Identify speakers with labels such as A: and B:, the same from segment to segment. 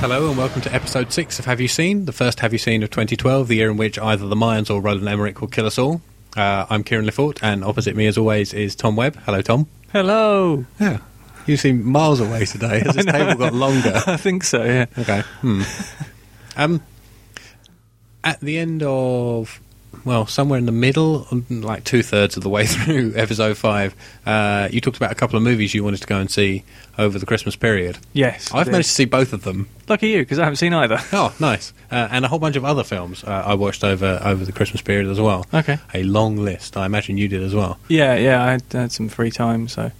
A: Hello and welcome to episode 6 of Have You Seen, the first Have You Seen of 2012, the year in which either the Mayans or Roland Emmerich will kill us all. Uh, I'm Kieran Lefort, and opposite me, as always, is Tom Webb. Hello, Tom.
B: Hello.
A: Yeah. You seem miles away today. Has this table got longer?
B: I think so. Yeah.
A: Okay. Hmm. Um, at the end of, well, somewhere in the middle, like two thirds of the way through episode 5, uh, you talked about a couple of movies you wanted to go and see over the Christmas period.
B: Yes.
A: I've
B: it
A: managed to
B: is.
A: see both of them.
B: Lucky you, because I haven't seen either.
A: Oh, nice! Uh, and a whole bunch of other films uh, I watched over over the Christmas period as well.
B: Okay.
A: a long list. I imagine you did as well.
B: Yeah, yeah. I had, had some free time, so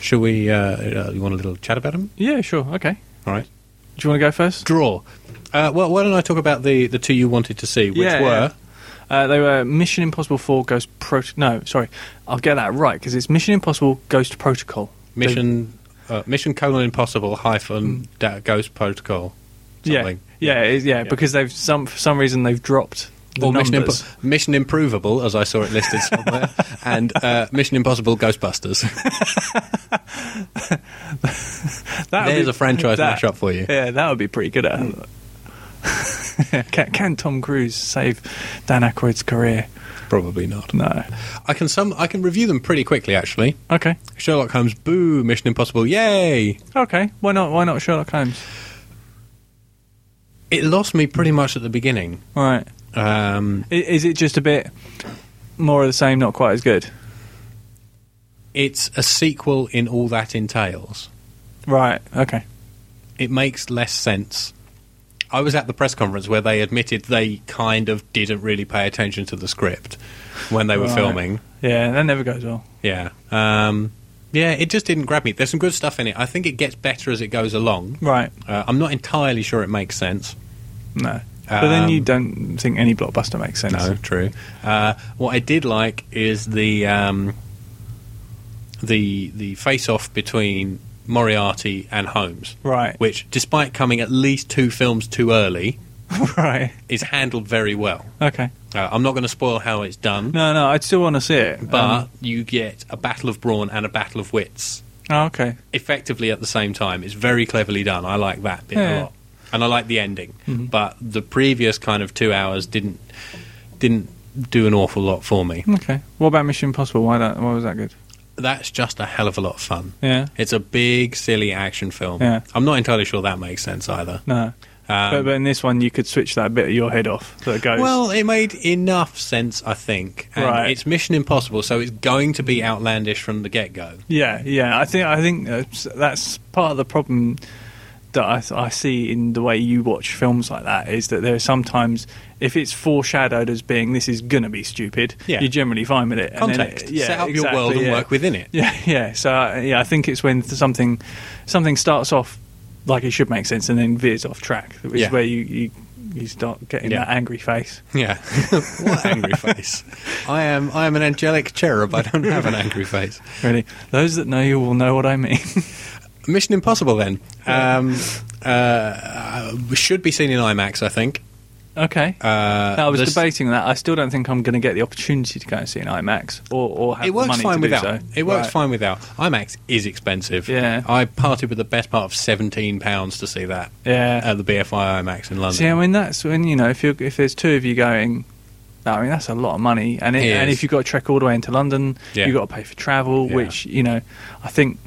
A: Shall we? Uh, uh, you want a little chat about them?
B: yeah, sure. Okay.
A: All right.
B: Do you want to go first?
A: Draw. Uh, well, why don't I talk about the the two you wanted to see, which
B: Yeah,
A: were
B: Uh, they were Mission Impossible Four Ghost Prot. No, sorry, I'll get that right because it's Mission Impossible Ghost Protocol.
A: Mission uh, Mission Colon Impossible hyphen da- Ghost Protocol.
B: They- Mm. yeah,
A: Something.
B: yeah, it- yeah, Because they've some for some reason they've dropped the
A: Or Mission,
B: numbers.
A: Impo- Mission Improvable, as I saw it listed somewhere, and uh, Mission Impossible Ghostbusters.
B: That would
A: There's
B: be-
A: a franchise
B: that-
A: mashup for you.
B: Yeah, that would be pretty good. At can, can Tom Cruise save Dan Aykroyd's career?
A: Probably not.
B: No.
A: I can some I can review them pretty quickly actually.
B: Okay.
A: Sherlock Holmes, boo, Mission Impossible, yay!
B: Okay, why not? Why not Sherlock Holmes?
A: It lost me pretty much at the beginning.
B: Right?
A: Um,
B: I- Is it just a bit more of the same, not quite as good?
A: it's a sequel in all that entails.
B: Right? Okay.
A: It makes less sense. I was at the press conference where they admitted they kind of didn't really pay attention to the script when they were
B: Right.
A: filming.
B: Yeah, that never goes well.
A: Yeah. Um, yeah, it just didn't grab me. There's some good stuff in it. I think it gets better as it goes along.
B: Right?
A: Uh, I'm not entirely sure it makes sense.
B: No. but then you
A: Um,
B: don't think any blockbuster makes sense.
A: No, true. Uh, what I did like is the um, the the face off between Moriarty and Holmes,
B: Right.
A: which, despite coming at least two films too early,
B: right.
A: is handled very well.
B: Okay.
A: Uh, I'm not going to spoil how it's done,
B: No, no. I'd still want to see it.
A: but
B: Um,
A: you get a battle of brawn and a battle of wits
B: oh, okay.
A: effectively at the same time. It's very cleverly done. I like that bit
B: Yeah. Mm-hmm.
A: a lot, and I like the ending. But the previous kind of two hours didn't didn't do an awful lot for me.
B: Okay. What about Mission Impossible? Why that? Why was that good?
A: that's just a hell of a lot of fun.
B: Yeah.
A: It's a big, silly action film.
B: Yeah.
A: I'm not entirely sure that makes sense either.
B: No.
A: Um,
B: but, but in this one, you could switch that bit of your head off that goes.
A: well, it made enough sense, I think. And
B: Right.
A: It's Mission Impossible, so it's going to be outlandish from the get go.
B: Yeah, yeah. I think I think that's, that's part of the problem that I, I see in the way you watch films like that is that there are sometimes if it's foreshadowed as being this is gonna be stupid,
A: Yeah.
B: you're generally fine with it. And then
A: Context.
B: it- yeah,
A: Set up your
B: exactly,
A: world and
B: yeah.
A: work within it.
B: Yeah, yeah. So uh, yeah, I think it's when something something starts off like it should make sense and then veers off track, which
A: Yeah.
B: is where you, you you start getting
A: Yeah.
B: that angry face.
A: Yeah. what an angry face. I am I am an angelic cherub. I don't have an angry face.
B: Really, those that know you will know what I mean.
A: Mission Impossible, then. Um, uh, should be seen in IMAX, I think.
B: okay.
A: Uh,
B: No, I was
A: this-
B: debating that. I still don't think I'm going to get the opportunity to go and see an IMAX or, or have
A: it works
B: the money
A: fine
B: to
A: without.
B: do so.
A: It works
B: Right.
A: fine without. IMAX is expensive.
B: Yeah.
A: I parted with the best part of seventeen pounds to see that
B: Yeah.
A: at the BFI IMAX in London.
B: see, I mean, that's when you know if you if there's two of you going. I mean, that's a lot of money, and it,
A: It
B: and
A: is.
B: if you've got to trek all the way into London,
A: Yeah.
B: you've got to pay for travel,
A: Yeah.
B: which you know, I think.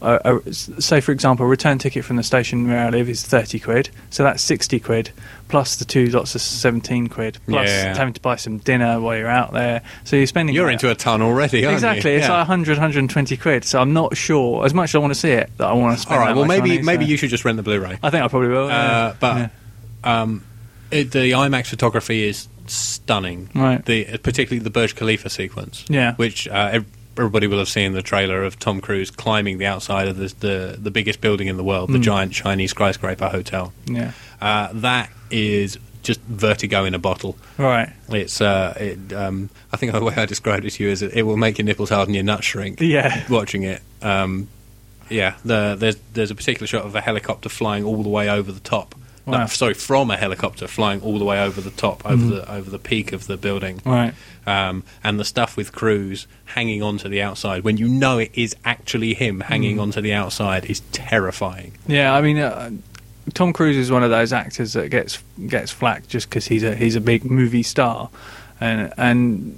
B: Uh, uh, s- say for example, a return ticket from the station where I live is thirty quid, so that's sixty quid plus the two lots of seventeen quid plus
A: Yeah.
B: having to buy some dinner while you're out there. So you're spending
A: You're
B: like-
A: into a ton already, aren't
B: Exactly.
A: you?
B: It's like 100, 120 quid. So I'm not sure, as much as I want to see it, that I want to spend
A: All right.
B: that
A: Well,
B: much
A: maybe
B: money, so-
A: maybe you should just rent the Blu-ray.
B: I think I probably will.
A: Uh,
B: yeah.
A: but um, it, the IMAX photography is stunning.
B: Right.
A: The particularly the Burj Khalifa sequence.
B: Yeah.
A: Which uh, ev- everybody will have seen the trailer of Tom Cruise climbing the outside of the the, the biggest building in the world,
B: Hmm.
A: the giant Chinese skyscraper hotel.
B: Yeah.
A: Uh, that is just vertigo in a bottle.
B: yeah. Right.
A: It's uh, it, um, I think the way I described it to you is it, it will make your nipples hard and your nuts shrink.
B: Yeah.
A: watching it. Um, yeah, the, there's there's a particular shot of a helicopter flying all the way over the top. No,
B: Wow.
A: sorry, from a helicopter flying all the way over the top, over the over the peak of the building,
B: Right.
A: um, and the stuff with Cruz hanging onto the outside when you know it is actually him hanging onto the outside is terrifying.
B: Yeah. I mean, uh, Tom Cruise is one of those actors that gets gets flack just because he's a he's a big movie star, and and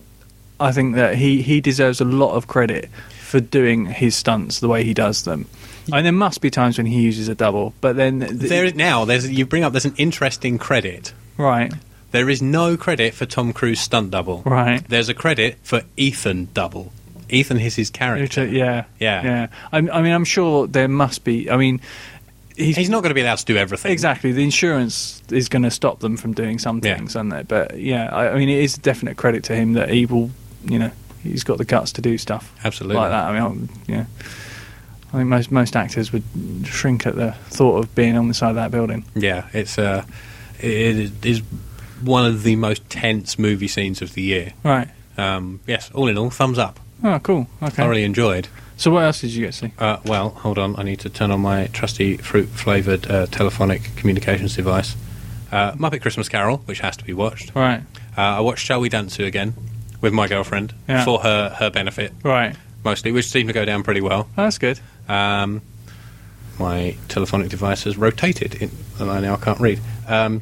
B: I think that he he deserves a lot of credit for doing his stunts the way he does them. And there must be times when he uses a double, but then th-
A: There is now. There's you bring up. There's an interesting credit.
B: right,
A: There is no credit for Tom Cruise stunt double.
B: Right.
A: There's a credit for Ethan double. Ethan is his character.
B: yeah,
A: Yeah.
B: yeah. I, I mean, I'm sure there must be. I mean, he's,
A: He's not going to be allowed to do everything.
B: Exactly. The insurance is going to stop them from doing some
A: Yeah.
B: things, aren't they? But yeah, I, I mean, it is a definite credit to him that he will, you know, he's got the guts to do stuff
A: Absolutely.
B: like that. I mean, I'm, yeah. I think most, most actors would shrink at the thought of being on the side of that building.
A: Yeah, it's uh, it is one of the most tense movie scenes of the year.
B: Right.
A: Um, yes, all in all, thumbs up.
B: Oh, cool. Okay.
A: Thoroughly enjoyed.
B: So, what else did you get to see?
A: Uh, well, hold on. I need to turn on my trusty fruit flavoured uh, telephonic communications device. Uh, Muppet Christmas Carol, which has to be watched. Uh,
B: Right.
A: I watched Shall We Dance To again with my girlfriend
B: Yeah.
A: for her her benefit
B: Right.
A: mostly, which seemed to go down pretty well.
B: That's good.
A: Um, my telephonic device has rotated, in, and I now can't read. Um,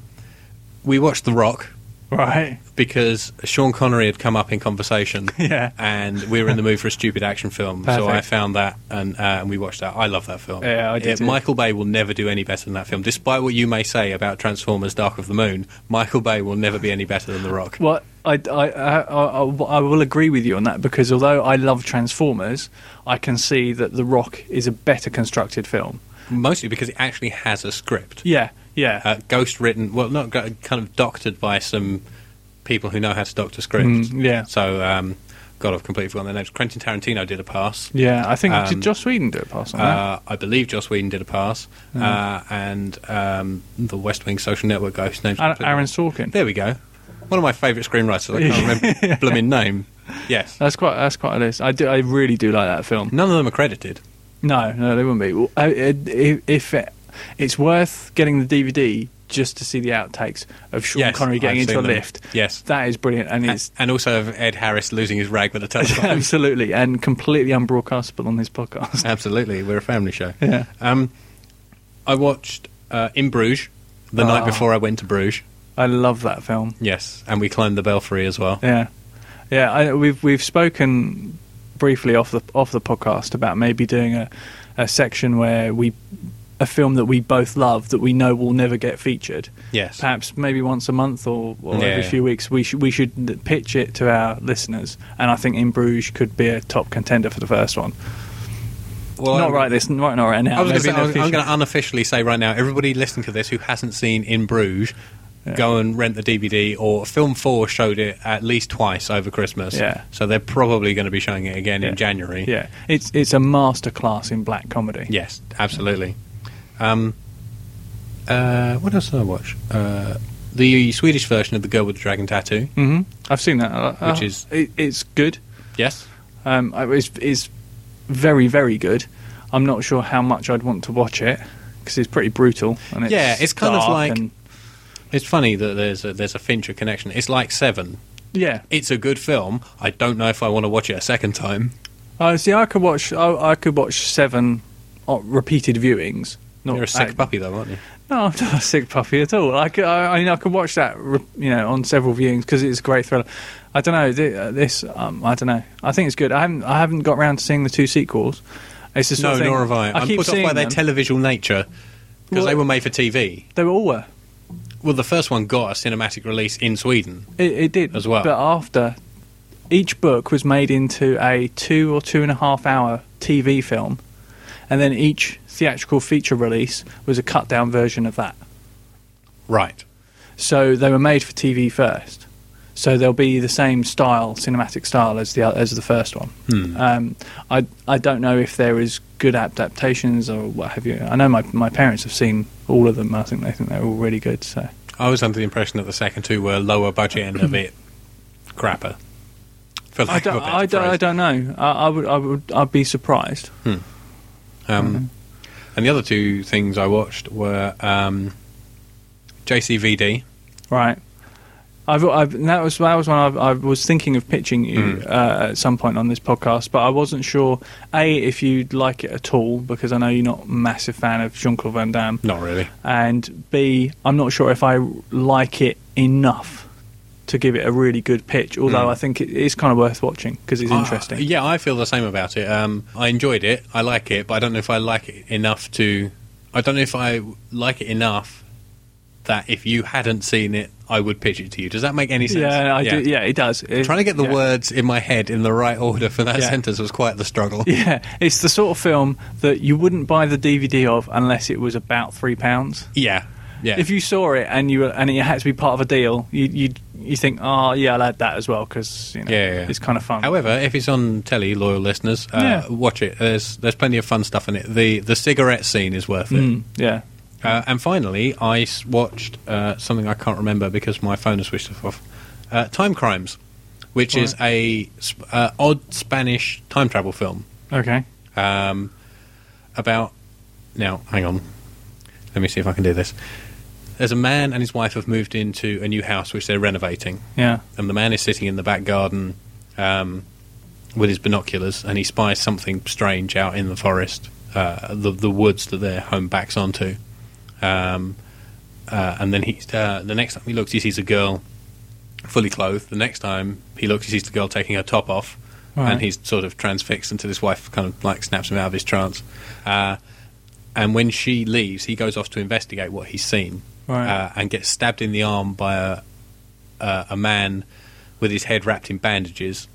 A: we watched The Rock
B: Right.
A: because Sean Connery had come up in conversation,
B: Yeah.
A: and we were in the mood for a stupid action film. So
B: Perfect.
A: I found that, and uh, and we watched that. I love that film.
B: Yeah, I do too.
A: Michael Bay will never do any better than that film, despite what you may say about Transformers: Dark of the Moon. Michael Bay will never be any better than The Rock.
B: Well, I, I, I, I, I will agree with you on that because although I love Transformers, I can see that The Rock is a better constructed film.
A: Mostly because it actually has a script,
B: Yeah, yeah.
A: uh, ghost written. Well, not go- kind of doctored by some people who know how to doctor scripts.
B: Mm, yeah.
A: So, um, God, I've completely forgotten their names. Quentin Tarantino did a pass.
B: yeah, I think did
A: um,
B: Joss Whedon do it past on that?
A: Uh, I believe Joss Whedon did a pass,
B: Mm.
A: uh, and um, the West Wing Social Network guy whose name's
B: Ar-
A: completely-
B: Aaron Sorkin.
A: There we go. One of my favourite screenwriters. I can't remember his blooming name. Yes.
B: That's quite that's quite a list. I do I really do like that film.
A: None of them are credited.
B: No, no, they wouldn't be. Well, I, it, if- if it, it's worth getting the DVD just to see the outtakes of Sean
A: Yes,
B: Connery getting
A: I've
B: into a
A: seen them.
B: lift.
A: Yes. Uh,
B: that is brilliant, and
A: And,
B: it's
A: and also of Ed Harris losing his rag with a telephone.
B: absolutely and completely unbroadcastable on this podcast.
A: Absolutely. We're a family show.
B: Yeah.
A: Um, I watched uh, In Bruges the night
B: Ah.
A: before I went to Bruges.
B: I love that film.
A: Yes. And we climbed the belfry as well.
B: Yeah, yeah. I, we've we've spoken briefly off the off the podcast about maybe doing a, a section where we a film that we both love that we know will never get featured.
A: Yes.
B: Perhaps maybe once a month or, or
A: Yeah.
B: every few weeks we should we should pitch it to our listeners. And I think In Bruges could be a top contender for the first one.
A: Well,
B: not
A: I'm-
B: right this right not right now.
A: I was gonna
B: maybe
A: say,
B: in the
A: I was- I'm
B: future.
A: going to unofficially say right now, everybody listening to this who hasn't seen In Bruges, go and rent the DVD. Or Film Four showed it at least twice over Christmas.
B: Yeah.
A: So they're probably going to be showing it again
B: Yeah.
A: in January.
B: Yeah, it's it's a masterclass in black comedy.
A: Yes, absolutely. Um, uh, what else did I watch? Uh, the Swedish version of The Girl with the Dragon Tattoo.
B: hmm I've seen that, Uh,
A: Which is-
B: it, it's good.
A: Yes.
B: Um, I- it's, it's very, very good. I'm not sure how much I'd want to watch it because it's pretty brutal. And it's
A: Yeah, it's kind of
B: dark
A: like-
B: and-
A: It's funny that there's a, there's a Fincher connection. It's like Seven.
B: yeah.
A: It's a good film. I don't know if I want to watch it a second time.
B: Oh, see, I could watch. I, I could watch seven uh, repeated viewings. Not
A: You're a sick
B: uh,
A: puppy, though, aren't you?
B: No, I'm not a sick puppy at all. I, could, I, I mean, I could watch that, re- you know, on several viewings because it's a great thriller. I don't know th- uh, this. Um, I don't know. I think it's good. I haven't. I haven't got round to seeing the two sequels. It's the sort
A: No,
B: of thing-
A: nor have I.
B: I
A: I'm
B: keep
A: put off
B: seeing
A: by their
B: them.
A: televisual nature because
B: Well-
A: they were made for TV.
B: they were all were.
A: Well, the first one got a cinematic release in Sweden.
B: It, it did
A: as well.
B: But after each book was made into a two or two and a half hour TV film, and then each theatrical feature release was a cut down version of that.
A: Right.
B: So they were made for TV first. So they'll be the same style, cinematic style as the as the first one.
A: Hmm.
B: Um, I I don't know if there is good adaptations or what have you. I know my my parents have seen all of them. I think they think they're all really good. So
A: I was under the impression that the second two were lower budget and a bit crapper. For
B: I
A: lack
B: don't
A: of a better
B: I don't, I
A: phrase.
B: don't know. I, I would I would I'd be surprised.
A: Um, and the other two things I watched were um, JCVD,
B: Right. I've, I've and that was that was when I've, I was thinking of pitching you
A: Mm.
B: uh, at some point on this podcast, but I wasn't sure a if you'd like it at all because I know you're not a massive fan of Jean Claude Van Damme,
A: Not really.
B: and b I'm not sure if I like it enough to give it a really good pitch. Although I think it is kind of worth watching because it's interesting.
A: Uh, Mm. yeah, I feel the same about it. Um, I enjoyed it. I like it, but I don't know if I like it enough to. I don't know if I like it enough that if you hadn't seen it, I would pitch it to you. Does that make any sense?
B: Yeah, I do. Yeah, it does. It-
A: Trying to get the
B: yeah.
A: words in my head in the right order for that
B: Yeah.
A: sentence was quite the struggle.
B: Yeah, it's the sort of film that you wouldn't buy the DVD of unless it was about three pounds.
A: Yeah, yeah.
B: If you saw it and you were, and it had to be part of a deal, you you you think, oh yeah, I'll add that as well because you know,
A: Yeah, yeah, yeah.
B: it's kind of fun.
A: However, if it's on telly, loyal listeners, uh,
B: Yeah.
A: watch it. There's there's plenty of fun stuff in it. The the cigarette scene is worth it.
B: Mm, yeah,
A: Uh, and finally, I s- watched uh, something I can't remember because my phone has switched off. Uh, time Crimes, which is a sp- uh, odd Spanish time travel film
B: okay,
A: um, about. Now, hang on. Let me see if I can do this. There's a man and his wife have moved into a new house which they're renovating
B: yeah,
A: and the man is sitting in the back garden um, with his binoculars, and he spies something strange out in the forest, uh, the the woods that their home backs onto. Um, uh, and then he, uh, the next time he looks, he sees a girl fully clothed. The next time he looks, he sees the girl taking her top off,
B: Right.
A: and he's sort of transfixed until his wife kind of like snaps him out of his trance. Uh, and when she leaves, he goes off to investigate what he's seen
B: Right.
A: uh, and gets stabbed in the arm by a uh, a man with his head wrapped in bandages,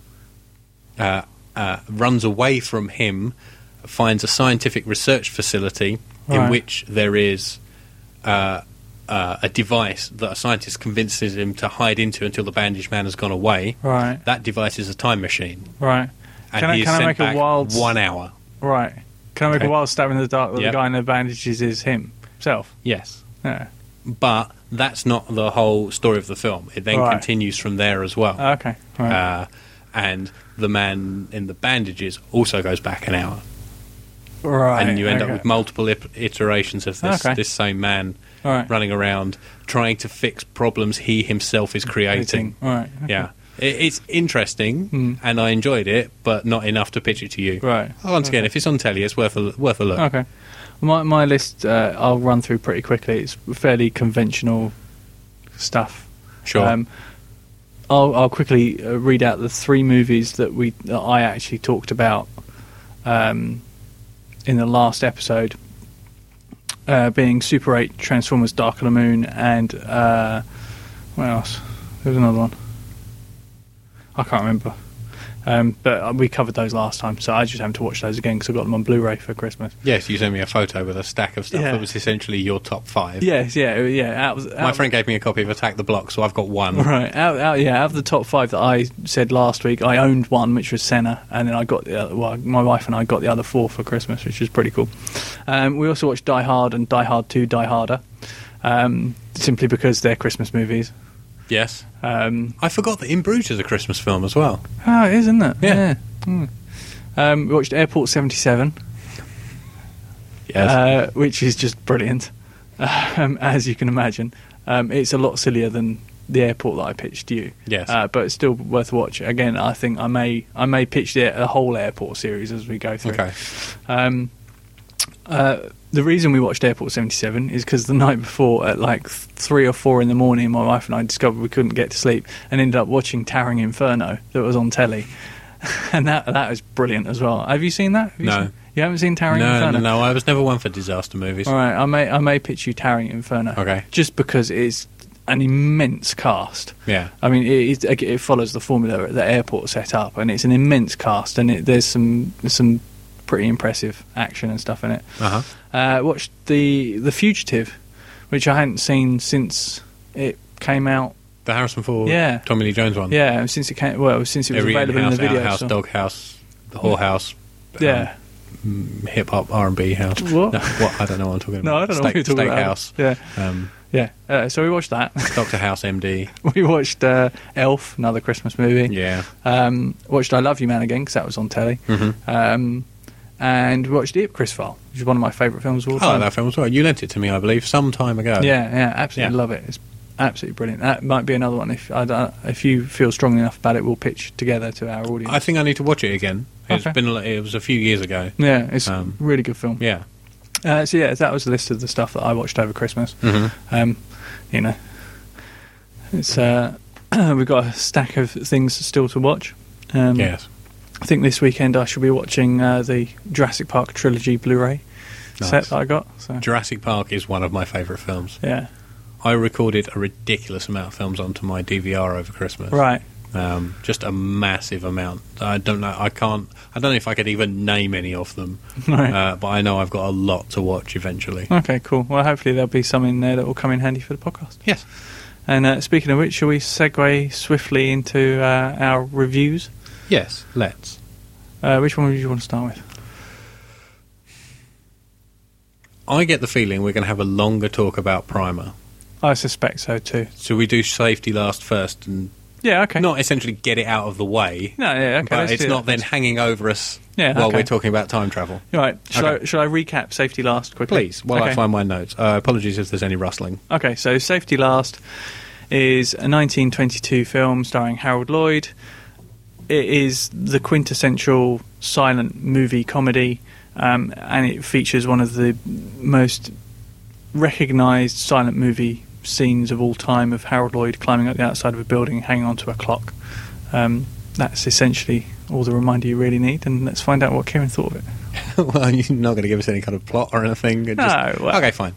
A: uh, uh, runs away from him, finds a scientific research facility in
B: Right.
A: which there is uh, uh, a device that a scientist convinces him to hide into until the bandage man has gone away.
B: right,
A: That device is a time machine,
B: right.
A: and
B: Can I-
A: he is
B: can I
A: sent
B: make a
A: back
B: wild s-
A: one hour.
B: Right. Can I make
A: Okay.
B: a wild stab in the dark that
A: Yeah.
B: the guy in the bandages is him himself?
A: Yes.
B: Yeah.
A: But that's not the whole story of the film. It then
B: Right.
A: continues from there as well.
B: Ah, Okay. Right.
A: uh, and the man in the bandages also goes back an hour,
B: right.
A: and you end
B: okay.
A: up with multiple ip- iterations of this
B: Okay.
A: this same man
B: All right.
A: running around trying to fix problems he himself is creating.
B: All right.
A: Yeah, it, it's interesting,
B: Mm.
A: and I enjoyed it, but not enough to pitch it to you.
B: Right.
A: Once again, if it's on telly, it's worth a worth a look.
B: Okay. My my list uh, I'll run through pretty quickly. It's fairly conventional stuff.
A: Sure.
B: Um, I'll I'll quickly uh, read out the three movies that we that I actually talked about um, in the last episode, uh, being Super Eight, Transformers: Dark of the Moon, and uh, what else? There was another one. I can't remember. Um, but uh, we covered those last time, so I just have to watch those again because I got them on Blu-ray for Christmas.
A: Yes, you sent me a photo with a stack of stuff
B: Yeah.
A: that was essentially your top five.
B: Yes, yeah, yeah. Out of,
A: My
B: out-
A: friend gave me a copy of Attack the Block, so I've got one.
B: Um, Right, out, out, yeah, out of the top five that I said last week, I owned one, which was Senna, and then I got the other, well, my wife and I got the other four for Christmas, which is pretty cool. Um, we also watched Die Hard and Die Hard 2, Die Harder, um, simply because they're Christmas movies.
A: Yes,
B: Um,
A: I forgot that In Bruges is a Christmas film as well.
B: oh, it is, isn't it?
A: Yeah.
B: Hmm. Um, we watched Airport 77,
A: Yes.
B: uh, which is just brilliant, um, as you can imagine. Um, it's a lot sillier than the airport that I pitched you.
A: Yes.
B: uh, but it's still worth a watch. Again, I think I may I may pitch the, the whole airport series as we go through.
A: Okay.
B: Um, uh, the reason we watched Airport 77 is because the night before, at like th- three or four in the morning, my wife and I discovered we couldn't get to sleep and ended up watching Towering Inferno that was on telly. and that that is brilliant as well. Have you seen that? Have you
A: No.
B: seen- you haven't seen Towering
A: No, no,
B: Inferno?
A: no. I was never one for disaster movies.
B: All right, I may I may pitch you Towering Inferno.
A: Okay.
B: Just because it's an immense cast.
A: Yeah.
B: I mean, it, it, it follows the formula that airport set up, and it's an immense cast, and it, there's some some pretty impressive action and stuff in it.
A: Uh-huh.
B: Uh, watched the the Fugitive, which I hadn't seen since it came out.
A: The Harrison Ford,
B: Yeah.
A: Tommy Lee Jones one.
B: Yeah, since it came well, since it was
A: Hmm. Every
B: available
A: house,
B: in the video.
A: outhouse,
B: store.
A: doghouse, the whorehouse.
B: yeah,
A: hip hop R and B house.
B: What?
A: No, what? I don't know what I'm talking about.
B: no, I don't know what
A: um, Steak-
B: you're talking about.
A: Steakhouse.
B: Yeah,
A: Um,
B: yeah. Uh, so we watched that.
A: Doctor House MD.
B: we watched uh, Elf, another Christmas movie.
A: Yeah.
B: Um, watched I Love You Man again because that was on telly.
A: Mhm.
B: Um, and we watched It Chris File, which is one of my favourite films of all
A: I like
B: time.
A: that film as well. You lent it to me, I believe, some time ago.
B: yeah, yeah, absolutely
A: Yeah.
B: love it. It's absolutely brilliant. That might be another one. If I don't- if you feel strongly enough about it, we'll pitch together to our audience.
A: I think I need to watch it again. It's
B: Okay.
A: been a- it was a few years ago.
B: yeah, it's
A: Um,
B: a really good film.
A: Yeah.
B: Uh, so yeah, that was a list of the stuff that I watched over Christmas.
A: Mhm.
B: Um, you know, it's uh, we've got a stack of things still to watch. Um,
A: Yes.
B: I think this weekend I shall be watching uh, the Jurassic Park trilogy Blu-ray set
A: Nice.
B: that I got. So
A: Jurassic Park is one of my favourite films.
B: yeah,
A: I recorded a ridiculous amount of films onto my DVR over Christmas.
B: right.
A: Um, just a massive amount. I don't know. I can't. I don't know if I could even name any of them.
B: Right.
A: Uh, but I know I've got a lot to watch eventually.
B: Okay, cool. Well, hopefully there'll be some in there that will come in handy for the podcast.
A: Yes.
B: And uh, speaking of which, shall we segue swiftly into uh, our reviews?
A: Yes. Let's.
B: Uh, which one would you want to start with?
A: I get the feeling we're going to have a longer talk about Primer.
B: I suspect so too.
A: So we do safety last first, and
B: Yeah. Okay.
A: not essentially get it out of the way.
B: No. Yeah. Okay.
A: but
B: let's
A: it's
B: do
A: not then
B: that.
A: hanging over us
B: Yeah,
A: while
B: okay.
A: we're talking about time travel.
B: All right. Shall,
A: Okay.
B: I, shall I recap safety last quickly?
A: Please, while
B: okay.
A: I find my notes. Uh, apologies if there's any rustling.
B: Okay, so Safety Last is a 1922 film starring Harold Lloyd. It is the quintessential silent movie comedy, um, and it features one of the most recognised silent movie scenes of all time of Harold Lloyd climbing up the outside of a building, hanging onto a clock. Um, that's essentially all the reminder you really need, and let's find out what Kieran thought of it.
A: well, you're not going to give us any kind of plot or anything. it just-
B: No, well-
A: okay, fine.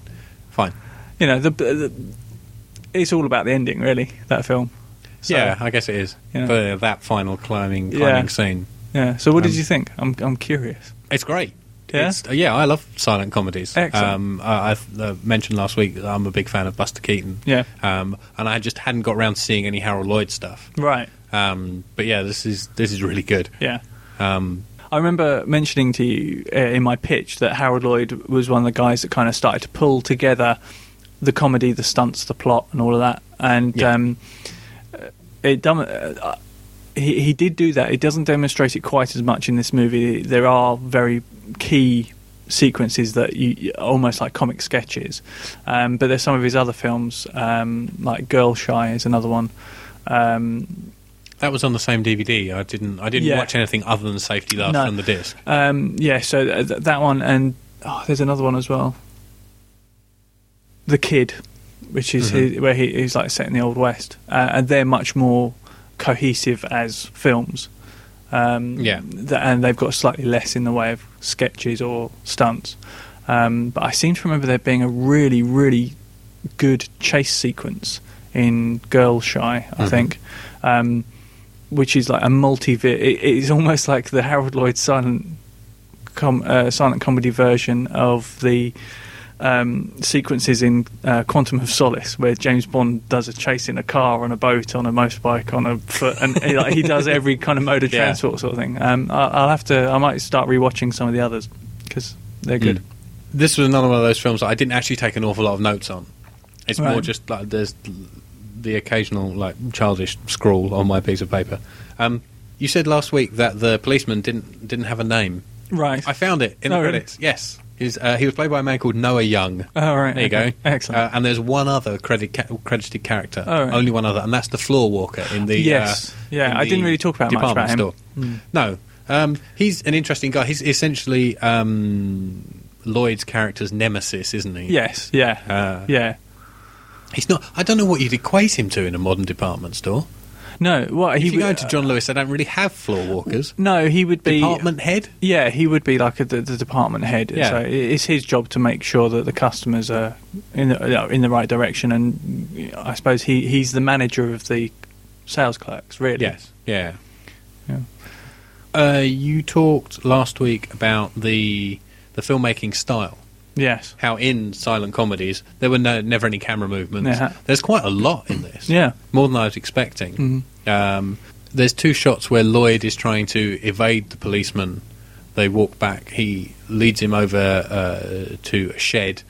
A: Fine.
B: You know, the, the, it's all about the ending, really. That film. So-
A: yeah, I guess it is.
B: Yeah.
A: The, that final climbing, climbing
B: Yeah.
A: scene.
B: Yeah. So what did
A: Um,
B: you think? I'm I'm curious.
A: It's great.
B: Yeah?
A: It's, yeah, I love silent comedies.
B: Excellent.
A: Um, I, I uh, mentioned last week that I'm a big fan of Buster Keaton.
B: Yeah.
A: Um, and I just hadn't got around to seeing any Harold Lloyd stuff.
B: Right.
A: Um, but yeah, this is this is really good.
B: Yeah.
A: Um,
B: I remember mentioning to you uh, in my pitch that Harold Lloyd was one of the guys that kind of started to pull together the comedy, the stunts, the plot, and all of that. And
A: Yeah.
B: um, uh, it done. Uh, he, he did do that. It doesn't demonstrate it quite as much in this movie. There are very key sequences that you almost like comic sketches, um, but there's some of his other films, um, like Girl Shy is another one. Um,
A: that was on the same DVD. I didn't I didn't
B: Yeah.
A: watch anything other than Safety Last
B: No.
A: on the disc.
B: Um, yeah, so th- th- that one, and oh, there's another one as well. The Kid, which is
A: Mhm.
B: his, where he is like set in the Old West, uh, and they're much more cohesive as films. Um,
A: Yeah.
B: th- and they've got slightly less in the way of sketches or stunts. Um, but I seem to remember there being a really, really good chase sequence in Girl Shy, I
A: Mhm.
B: think. Um, which is like a multi. It, it's almost like the Harold Lloyd silent, com, uh, silent comedy version of the um, sequences in uh, Quantum of Solace, where James Bond does a chase in a car, on a boat, on a motorbike, on a foot, and he, like, he does every kind of mode of
A: Yeah.
B: transport sort of thing. Um, I, I'll have to. I might start rewatching some of the others because they're good.
A: Mm. This was another one of those films that I didn't actually take an awful lot of notes on. It's more
B: Right.
A: just like there's the occasional like childish scrawl on my piece of paper. Um, you said last week that the policeman didn't didn't have a name.
B: Right.
A: I found it in
B: Oh,
A: the
B: really?
A: credits. Yes, He's, uh, he was played by a man called Noah Young.
B: Oh, right.
A: There you
B: okay.
A: go.
B: Excellent.
A: Uh, and there's one other credit ca- credited character,
B: Oh, right.
A: only one other, and that's the floor walker in the
B: Yes.
A: uh,
B: Yeah,
A: in
B: I didn't
A: the
B: really talk about much
A: department
B: about Hmm.
A: store. No, um, he's an interesting guy. He's essentially um, Lloyd's character's nemesis, isn't he?
B: yes. Yeah.
A: Uh,
B: yeah.
A: He's not. I don't know what you'd equate him to in a modern department store.
B: No. Well, he
A: If you
B: w-
A: go to John Lewis, they don't really have floor walkers.
B: No, he would be
A: Department head.
B: Yeah, he would be like a, the, the department head.
A: Yeah.
B: So i- it's his job to make sure that the customers are in the, you know, in the right direction, and I suppose he, he's the manager of the sales clerks, really.
A: Yes. Yeah.
B: Yeah.
A: Uh, you talked last week about the the filmmaking style.
B: Yes.
A: how in silent comedies there were no, never any camera movements.
B: Yeah.
A: There's quite a lot in this.
B: Yeah. Mm-hmm.
A: more than I was expecting. Um, there's two shots where Lloyd is trying to evade the policeman. They walk back. He leads him over uh, to a shed.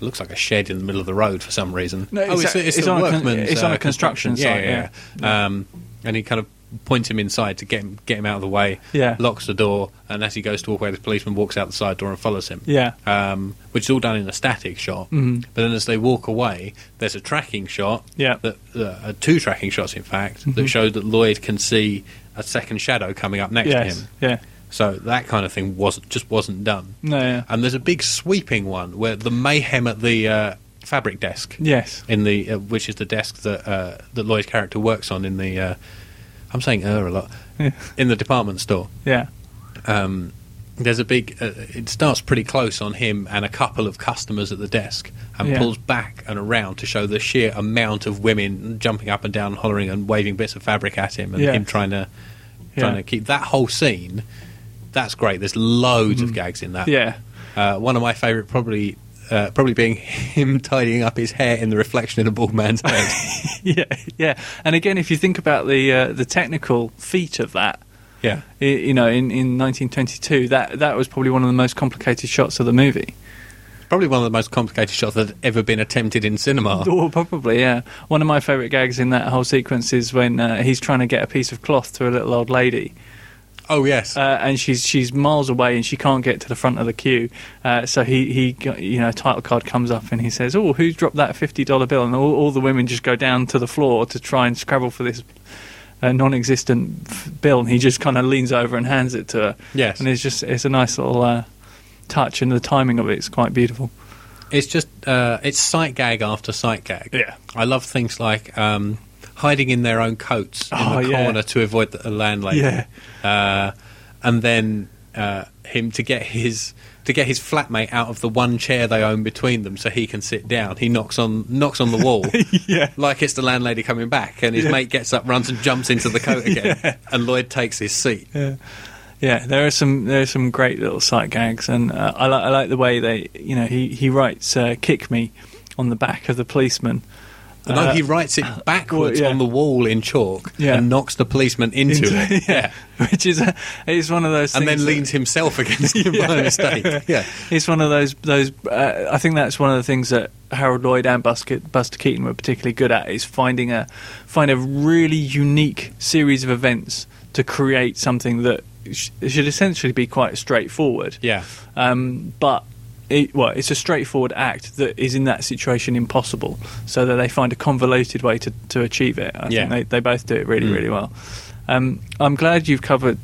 A: It looks like a shed in the middle of the road for some reason. Oh,
B: No, it's a- it's on a con-
A: workman's, uh,
B: it's on a construction
A: Yeah,
B: site,
A: yeah. Um, and he kind of points him inside to get him get him out of the way.
B: Yeah.
A: locks the door, and as he goes to walk away, the policeman walks out the side door and follows him.
B: Yeah.
A: um, which is all done in a static shot.
B: Mhm.
A: But then as they walk away, there's a tracking shot.
B: Yeah. Mm-hmm.
A: that uh, two tracking shots, in fact, that show that Lloyd can see a second shadow coming up next to
B: Yes.
A: him.
B: Yeah.
A: So that kind of thing wasn't just wasn't done.
B: No. Yeah.
A: And there's a big sweeping one where the mayhem at the uh, fabric desk
B: Yes.
A: in the uh, which is the desk that uh, that Lloyd's character works on in the. Uh, I'm saying er a lot
B: Yeah.
A: in the department store.
B: Yeah.
A: Um, there's a big. Uh, it starts pretty close on him and a couple of customers at the desk, and
B: Yeah.
A: pulls back and around to show the sheer amount of women jumping up and down, hollering and waving bits of fabric at him, and
B: Yeah.
A: him trying to trying
B: Yeah.
A: to keep that whole scene. That's great. There's loads of gags in that.
B: Mm. Yeah.
A: Uh, one of my favourite probably uh, probably being him tidying up his hair in the reflection in a bald man's head.
B: yeah, yeah. And again, if you think about the uh, the technical feat of that,
A: yeah.
B: i you know, in, in 1922, that that was probably one of the most complicated shots of the movie.
A: Probably one of the most complicated shots that had ever been attempted in cinema.
B: Oh, probably, yeah. One of my favourite gags in that whole sequence is when uh, he's trying to get a piece of cloth to a little old lady,
A: Oh yes.
B: uh, and she's she's miles away and she can't get to the front of the queue. Uh, so he he got- you know, title card comes up and he says, "Oh, who dropped that fifty dollar bill?" And all, all the women just go down to the floor to try and scrabble for this. uh non-existent f- bill, and he just kind of leans over and hands it to her.
A: Yes.
B: and it's just it's a nice little uh, touch, and the timing of it is quite beautiful.
A: it's just uh, it's sight gag after sight gag.
B: Yeah.
A: I love things like um, hiding in their own coats in
B: Oh,
A: the
B: yeah.
A: corner to avoid the a landlady.
B: Yeah.
A: Uh, and then uh, him to get his to get his flatmate out of the one chair they own between them so he can sit down. He knocks on knocks on the wall.
B: Yeah.
A: Like it's the landlady coming back and his
B: Yeah.
A: mate gets up, runs and jumps into the coat again and Lloyd takes his seat.
B: Yeah, yeah. There are some there are some great little sight gags, and uh, I like I like the way they you know he he writes uh, "kick me" on the back of the policeman.
A: And no,
B: Uh,
A: he writes it backwards
B: well, yeah.
A: on the wall in chalk
B: Yeah.
A: and knocks the policeman into, it.
B: yeah, which is a, it's one of those
A: and
B: things
A: then
B: that-
A: leans himself against him by mistake. Yeah.
B: It's one of those those. Uh, I think that's one of the things that Harold Lloyd and Buster, Buster Keaton were particularly good at is finding a find a really unique series of events to create something that sh- should essentially be quite straightforward.
A: Yeah.
B: Um, but it, well, it's a straightforward act that is in that situation impossible. So that they find a convoluted way to, to achieve it. I
A: Yeah.
B: think they, they both do it really
A: Mm.
B: really well. Um, I'm glad you've covered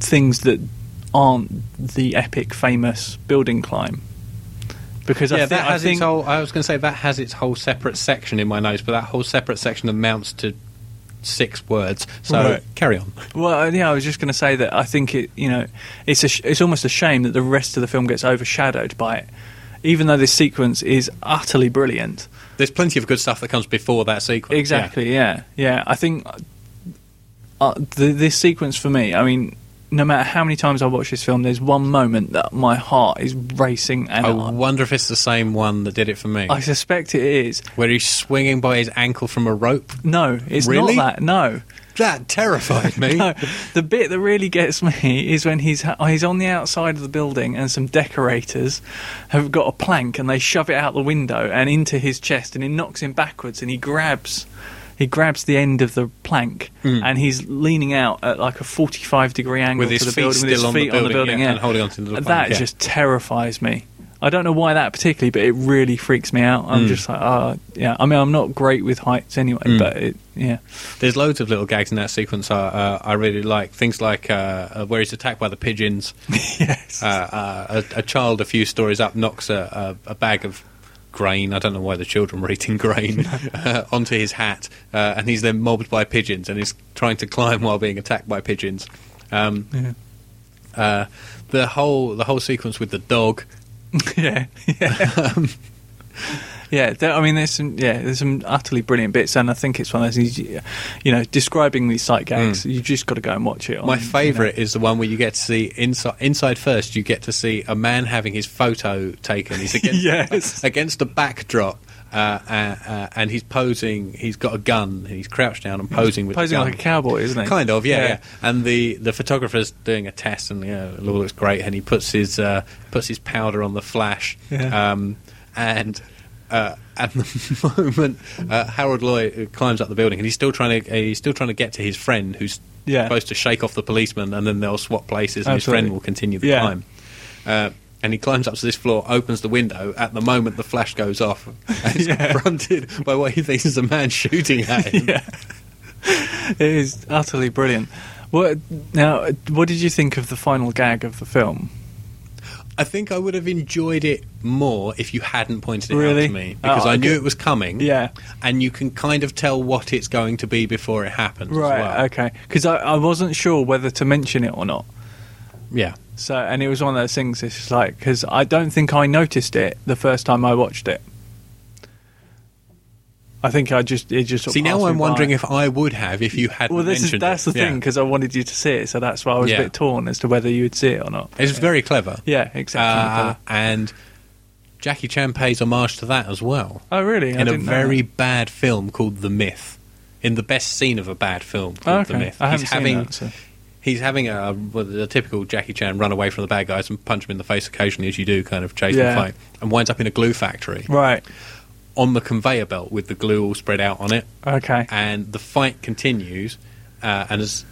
B: things that aren't the epic famous building climb because I,
A: Yeah,
B: thi-
A: that
B: I
A: has
B: think
A: its whole. I was going to say that has its whole separate section in my notes, but that whole separate section amounts to six words. So
B: Right.
A: carry on.
B: Well, uh, yeah, I was just going to say that I think it, you know, it's a sh- it's almost a shame that the rest of the film gets overshadowed by it, even though this sequence is utterly brilliant.
A: There's plenty of good stuff that comes before that sequence.
B: Exactly. Yeah. Yeah. I think uh, the, this sequence for me. I mean, no matter how many times I watch this film, there's one moment that my heart is racing, and
A: Yeah. I
B: I,
A: wonder if it's the same one that did it for me,
B: I suspect it is.
A: where he's swinging by his ankle from a rope.
B: No, it's
A: Really?
B: not that. No.
A: That terrified me.
B: No, the bit that really gets me is when he's ha- he's on the outside of the building and some decorators have got a plank and they shove it out the window and into his chest and it knocks him backwards and he grabs he grabs the end of the plank and he's leaning out at like a 45 degree angle
A: Mm. With his
B: to the
A: feet
B: building with his
A: still on the
B: feet on the
A: building,
B: building
A: yeah,
B: yeah.
A: and holding onto the
B: that
A: plank, yeah.
B: just terrifies me I don't know why that particularly, but it really freaks me out.
A: Mm.
B: I'm just like, oh, yeah. I mean, I'm not great with heights anyway, but it, yeah.
A: There's loads of little gags in that sequence. I uh, I really like things like uh, uh, where he's attacked by the pigeons.
B: yes.
A: uh, uh, a, a child a few stories up knocks a, a, a bag of grain. I don't know why the children were eating grain uh, onto his hat, uh, and he's then mobbed by pigeons and is trying to climb while being attacked by pigeons. Um,
B: Yeah.
A: uh, the whole the whole sequence with the dog.
B: yeah, yeah. yeah. There, I mean, there's some yeah, there's some utterly brilliant bits, and I think it's one of those you you know describing these sight gags. You just got to go and watch it. On,
A: Mm. My
B: Oh, you know.
A: favourite is the one where you get to see inside inside first. You get to see a man having his photo taken. He's against
B: Yes.
A: against a backdrop. Uh, uh, uh, and he's posing. He's got a gun. And he's crouched down and posing with
B: posing
A: a gun.
B: like a cowboy, isn't he?
A: Kind of, yeah, yeah. And the the photographer's doing a test, and yeah, it all looks great. And he puts his uh, puts his powder on the flash,
B: Yeah.
A: um, and Uh, at the moment, uh, Harold Lloyd climbs up the building, and he's still trying to uh, he's still trying to get to his friend, who's
B: Yeah.
A: supposed to shake off the policeman, and then they'll swap places, and
B: Absolutely.
A: his friend will continue the
B: Yeah.
A: climb. Uh, and he climbs up to this floor, opens the window. At the moment, the flash goes off, and he's
B: Yeah.
A: confronted by what he thinks is a man shooting at him.
B: yeah. It is utterly brilliant. What now? What did you think of the final gag of the film?
A: I think I would have enjoyed it more if you hadn't pointed it out
B: Really?
A: to me because
B: Oh,
A: I knew
B: okay.
A: it was coming.
B: Yeah.
A: and you can kind of tell what it's going to be before it happens. as
B: Right.
A: well.
B: Okay. Because I, I wasn't sure whether to mention it or not.
A: Yeah.
B: So, and it was one of those things. It's just like because I don't think I noticed it the first time I watched it. I think I just it just sort of
A: See, now
B: passed me
A: I'm wondering
B: by.
A: if I would have if you hadn't
B: well this is
A: mentioned
B: that's
A: it.
B: the thing because I wanted you to see it, so that's why I was
A: Yeah.
B: a bit torn as to whether you would see it or not.
A: Yeah. It's very clever.
B: Yeah, exceptionally
A: Uh,
B: clever.
A: and Jackie Chan pays homage to that as well
B: Oh, really? I
A: in a
B: didn't know
A: very
B: that.
A: bad film called The Myth. In the best scene of a bad film
B: Oh,
A: called
B: okay.
A: The Myth,
B: I haven't
A: he's
B: seen
A: having
B: that, so-
A: he's having a, a typical Jackie Chan run away from the bad guys and punch him in the face occasionally as you do, kind of chase
B: Yeah.
A: and fight, and winds up in a glue factory
B: right.
A: on the conveyor belt with the glue all spread out on it
B: Okay.
A: and the fight continues, uh, and it's,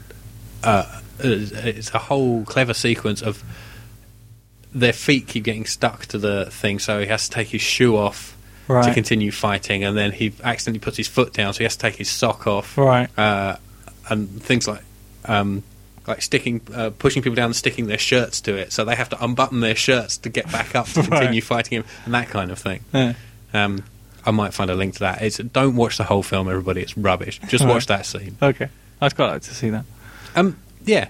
A: uh, it's a whole clever sequence of their feet keep getting stuck to the thing, so he has to take his shoe off to
B: Right.
A: continue fighting, and then he accidentally puts his foot down, so he has to take his sock off,
B: Right.
A: Uh, and things like. Um, like sticking, uh, pushing people down, and sticking their shirts to it, so they have to unbutton their shirts to get back up to
B: Right.
A: continue fighting him, and that kind of thing.
B: Yeah.
A: Um, I might find a link to that. It's don't watch the whole film, everybody. It's rubbish. Just
B: All
A: watch that scene.
B: Okay. I'd quite like to see that.
A: Um, yeah.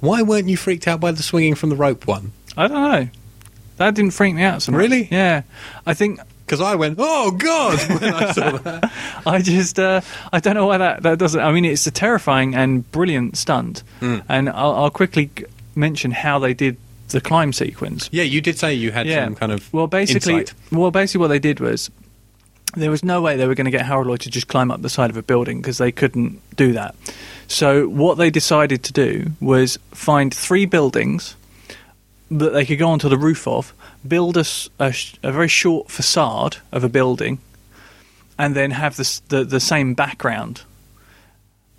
A: Why weren't you freaked out by the swinging from the rope one?
B: I don't know. That didn't freak me out so much.
A: Really?
B: Yeah. I think
A: Because I went, oh god, when I saw that.
B: I just uh, I don't know why that that doesn't. I mean, it's a terrifying and brilliant stunt,
A: Hmm.
B: and I'll, I'll quickly g- mention how they did the climb sequence.
A: Yeah, you did say you had some kind of
B: well, basically,
A: insight.
B: well, basically, what they did was there was no way they were going to get Harold Lloyd to just climb up the side of a building because they couldn't do that. So what they decided to do was find three buildings that they could go onto the roof of, build a, s- a sh- a very short facade of a building, and then have the s- the, the same background.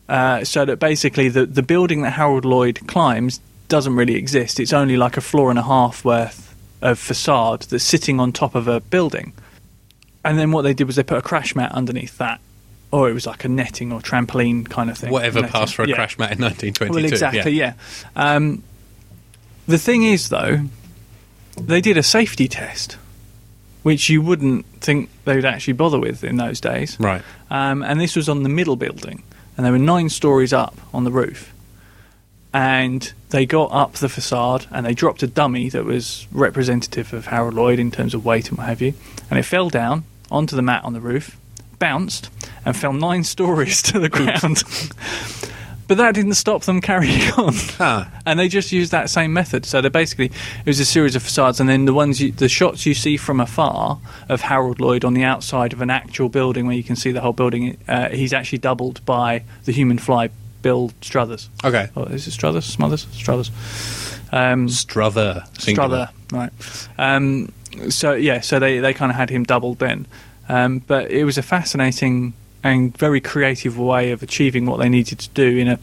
B: Uh, so that basically the, the building that Harold Lloyd climbs doesn't really exist. It's only like a floor and a half worth of facade that's sitting on top of a building. And then what they did was they put a crash mat underneath that, or it was like a netting or trampoline kind of thing.
A: Whatever
B: Netting.
A: passed for a
B: Yeah.
A: crash mat in 1922.
B: Well, exactly. Yeah. Um, the thing is, though, they did a safety test, which you wouldn't think they would actually bother with in those days.
A: Right.
B: Um, and this was on the middle building, and they were nine stories up on the roof. And they got up the facade and they dropped a dummy that was representative of Harold Lloyd in terms of weight and what have you. And it fell down onto the mat on the roof, bounced, and fell nine stories to the ground. but that didn't stop them carrying on.
A: Ah.
B: And they just used that same method. So they basically it was a series of facades, and then the ones you, the shots you see from afar of Harold Lloyd on the outside of an actual building where you can see the whole building. Uh, he's actually doubled by the human fly Bill Struthers.
A: Okay.
B: Oh, is it Struthers? Smothers? Struthers. Um,
A: Strother. singular.
B: Strother, right? Um, so yeah, so they they kind of had him doubled then, um, but it was a fascinating and very creative way of achieving what they needed to do in a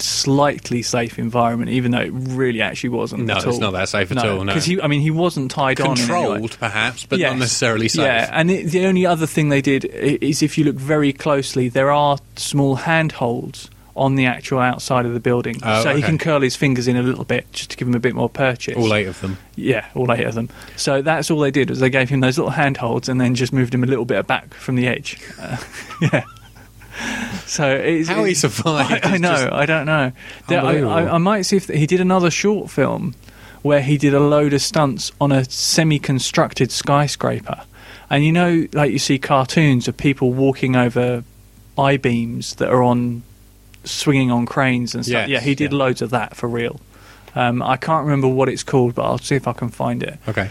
B: slightly safe environment, even though it really actually wasn't.
A: No,
B: at
A: it's
B: all.
A: not that safe at all, no.
B: because he, I mean, he wasn't tied on. in any way.
A: Controlled, perhaps, but not
B: Yes.
A: necessarily safe.
B: Yeah, and it, the only other thing they did i- is if you look very closely, there are small handholds on the actual outside of the building,
A: Oh,
B: so he
A: okay.
B: can curl his fingers in a little bit just to give him a bit more purchase.
A: All eight of them.
B: Yeah, all eight of them. So that's all they did was they gave him those little handholds and then just moved him a little bit back from the edge. Uh, yeah. So it's,
A: How he
B: it's-
A: survived
B: I, I
A: is
B: know.
A: just
B: I don't know. There- I,
A: unbelievable.
B: I, I might see if he did another short film where he did a load of stunts on a semi-constructed skyscraper, and you know, like you see cartoons of people walking over I beams that are on swinging on cranes and
A: Yes,
B: stuff. yeah, he did
A: yeah.
B: loads of that for real. Um, I can't remember what it's called, but I'll see if I can find it
A: Okay.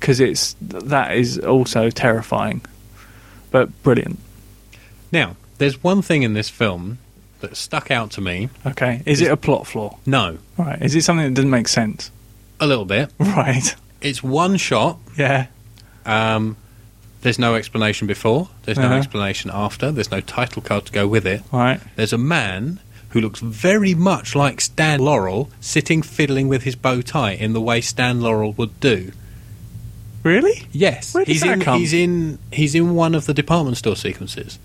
B: because it's that is also terrifying, but brilliant.
A: Now, there's one thing in this film that stuck out to me.
B: Okay, is it a plot flaw?
A: No,
B: Right, is it something that doesn't make sense?
A: a little bit.
B: Right,
A: It's one shot
B: yeah,
A: um, There's no explanation before. There's no
B: Uh-huh.
A: explanation after. There's no title card to go with it.
B: Right.
A: There's a man who looks very much like Stan Laurel sitting fiddling with his bow tie in the way Stan Laurel would do.
B: Really?
A: Yes,
B: Where does
A: he's
B: that
A: in.
B: come?
A: He's in. He's in one of the department store sequences.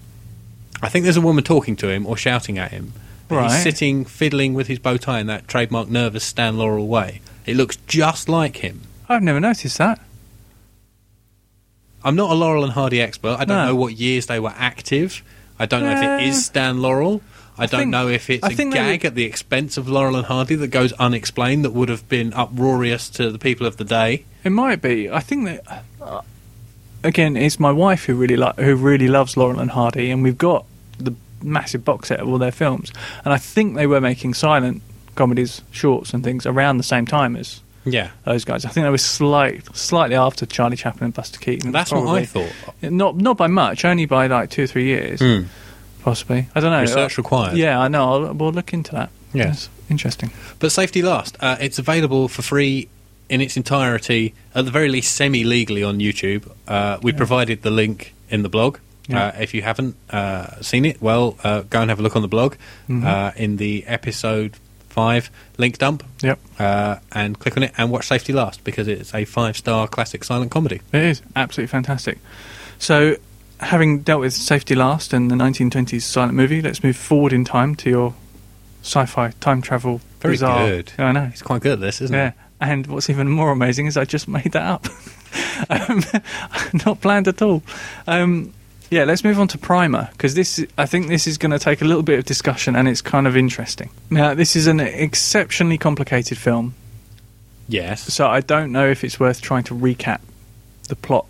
A: I think there's a woman talking to him or shouting at him. But He's
B: Right.
A: sitting fiddling with his bow tie in that trademark nervous Stan Laurel way. It looks just like him.
B: I've never noticed that.
A: I'm not a Laurel and Hardy expert. I don't
B: No.
A: know what years they were active. I don't know if it
B: Uh,
A: is Stan Laurel. I don't
B: think-
A: know if it's
B: I
A: a
B: think they
A: gag
B: were-
A: at the expense of Laurel and Hardy that goes unexplained that would have been uproarious to the people of the day.
B: It might be. I think that uh, again, it's my wife who really li- who really loves Laurel and Hardy, and we've got the massive box set of all their films. And I think they were making silent comedies, shorts, and things around the same time as
A: Yeah,
B: those guys. I think they were slight, slightly after Charlie Chaplin and Buster Keaton.
A: that's what I
B: probably.
A: thought.
B: Not not by much, only by like two or three years,
A: Hmm.
B: possibly. I don't know.
A: Research
B: Uh,
A: required.
B: Yeah, I know. I'll, we'll look into that.
A: Yes.
B: That's interesting.
A: But Safety Last, uh, it's available for free in its entirety, at the very least semi legally on YouTube. Uh, we provided the link in the blog.
B: Yeah.
A: Uh, if you haven't uh, seen it, well, uh, go and have a look on the blog
B: Mm-hmm.
A: uh, in the episode 5 link dump
B: Yep,
A: uh, and click on it and watch Safety Last because it's a five star classic silent comedy.
B: it is absolutely fantastic. So, having dealt with Safety Last and the 1920s silent movie, let's move forward in time to your sci-fi time travel.
A: Very
B: bizarre-
A: good.
B: I know.
A: It's quite good at this, isn't
B: yeah.
A: it?
B: And what's even more amazing is I just made that up. um, not planned at all. Um, yeah, let's move on to Primer because this I think this is going to take a little bit of discussion and it's kind of interesting. Now, this is an exceptionally complicated film,
A: Yes.
B: so I don't know if it's worth trying to recap the plot.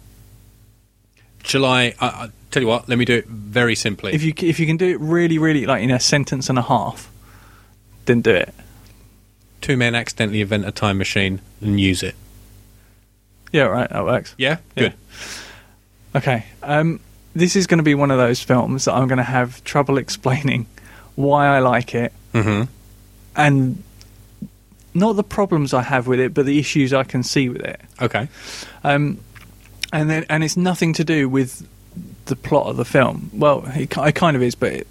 A: Shall I, I, I tell you what, let me do it very simply.
B: If you c- if you can do it really really like in a sentence and a half, then do it.
A: Two men accidentally invent a time machine and use it.
B: Yeah, all right, that works.
A: Yeah?
B: Yeah.
A: Good.
B: Okay. Um, this is going to be one of those films that I'm going to have trouble explaining why I like it
A: hmm.
B: and not the problems I have with it, but the issues I can see with it.
A: Okay.
B: Um, and then, and it's nothing to do with the plot of the film. Well, it, ki- it kind of is, but it,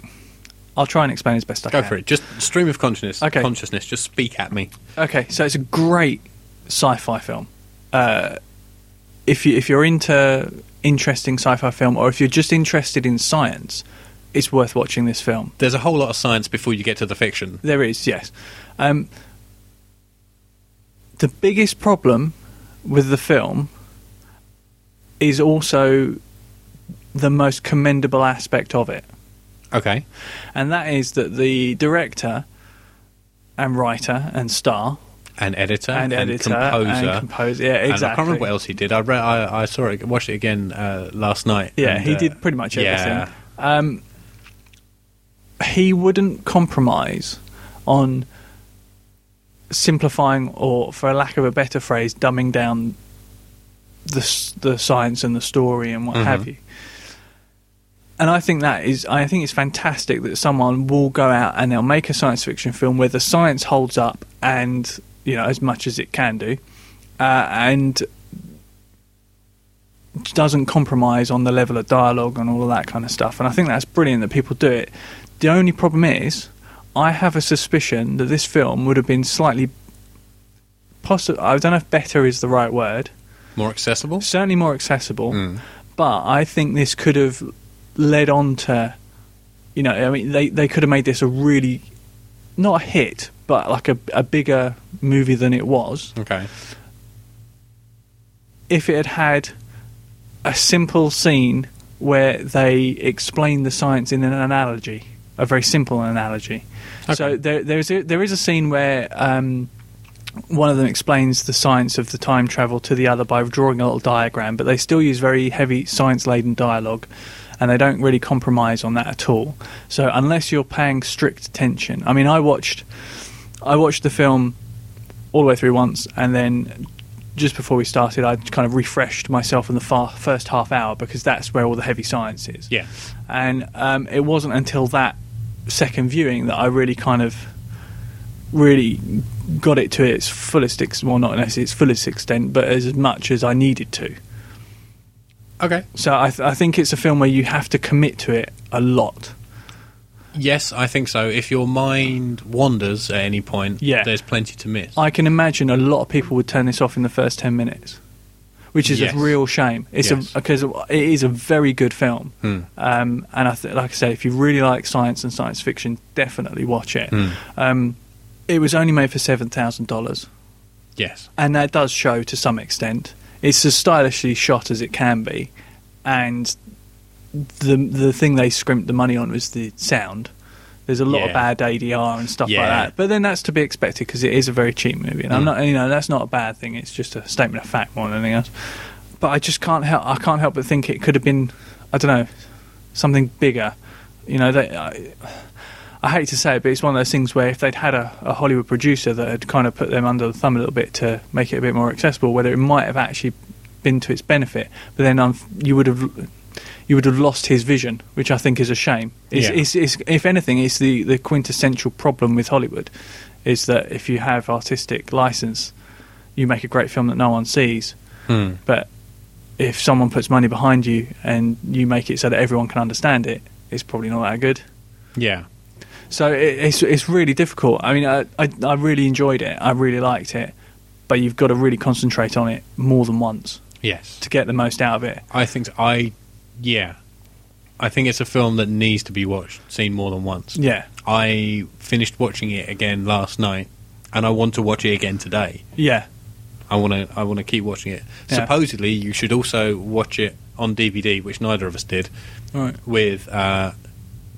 B: I'll try and explain as best I
A: Go
B: can.
A: for it. Just stream of consciousness.
B: Okay.
A: Consciousness. Just speak at me.
B: Okay, so it's a great sci-fi film. Uh, if you if you're into interesting sci-fi film, or if you're just interested in science, it's worth watching this film.
A: There's a whole lot of science before you get to the fiction.
B: There is, yes. Um, the biggest problem with the film is also the most commendable aspect of it,
A: Okay.
B: and that is that the director and writer and star
A: And editor
B: and, editor
A: composer.
B: and composer, yeah,
A: And
B: exactly.
A: I can't remember what else he did. I read. I, I saw it. Watched it again uh, last night.
B: Yeah,
A: and,
B: he
A: uh,
B: did pretty much everything.
A: Yeah.
B: Um, he wouldn't compromise on simplifying, or for lack of a better phrase, dumbing down the s- the science and the story and what have you. And I think that is, I think it's fantastic that someone will go out and they'll make a science fiction film where the science holds up and you know as much as it can do, uh, and doesn't compromise on the level of dialogue and all of that kind of stuff. And I think that's brilliant that people do it. The only problem is, I have a suspicion that this film would have been slightly, possible. I don't know if better is the right word.
A: More accessible.
B: Certainly more accessible,
A: Mm.
B: but I think this could have led on to, you know, I mean, they they could have made this a really, not a hit, but like a a bigger movie than it was
A: Okay.
B: if it had had a simple scene where they explain the science in an analogy, a very simple analogy. So
A: Okay.
B: there, there's a, there is a scene where um, one of them explains the science of the time travel to the other by drawing a little diagram, but they still use very heavy science laden dialogue. And they don't really compromise on that at all. So unless you're paying strict attention, I mean, I watched, I watched the film all the way through once, and then just before we started, I kind of refreshed myself in the far, first half hour because that's where all the heavy science is.
A: Yeah.
B: And um, it wasn't until that second viewing that I really kind of really got it to its fullest extent, well, not necessarily its fullest extent, but as much as I needed to.
A: Okay.
B: So I, th- I think it's a film where you have to commit to it a lot.
A: Yes, I think so. If your mind wanders at any point,
B: Yeah.
A: there's plenty to miss.
B: I can imagine a lot of people would turn this off in the first 10 minutes, which is
A: Yes.
B: a real shame. It's
A: Yes.
B: a because it is a very good film.
A: Hmm.
B: Um, and I th- like I said, if you really like science and science fiction, definitely watch it.
A: Hmm.
B: Um, it was only made for $7,000,
A: Yes.
B: and that does show to some extent. It's as stylishly shot as it can be, and the the thing they scrimped the money on was the sound. There's a lot of
A: Yeah.
B: bad ADR and stuff like
A: Yeah.
B: that, but then that's to be expected because it is a very cheap movie, and I'm
A: Mm.
B: not you know that's not a bad thing. It's just a statement of fact more than anything else. But I just can't help I can't help but think it could have been I don't know something bigger. You know, they, I, I hate to say it, but it's one of those things where if they'd had a, a Hollywood producer that had kind of put them under the thumb a little bit to make it a bit more accessible, whether it might have actually been to its benefit, but then um, you would have you would have lost his vision, which I think is a shame. It's,
A: Yeah.
B: it's, it's, if anything, it's the, the quintessential problem with Hollywood is that if you have artistic license, you make a great film that no one sees.
A: Hmm.
B: But if someone puts money behind you and you make it so that everyone can understand it, it's probably not that good.
A: Yeah.
B: So it, it's it's really difficult. I mean, I, I I really enjoyed it. I really liked it, but you've got to really concentrate on it more than once
A: Yes.
B: to get the most out of it.
A: I think I, yeah, I think it's a film that needs to be watched, seen more than once.
B: Yeah,
A: I finished watching it again last night, and I want to watch it again today.
B: yeah,
A: I want to, I want to keep watching it.
B: Yeah.
A: Supposedly, you should also watch it on DVD, which neither of us did,
B: right,
A: with uh,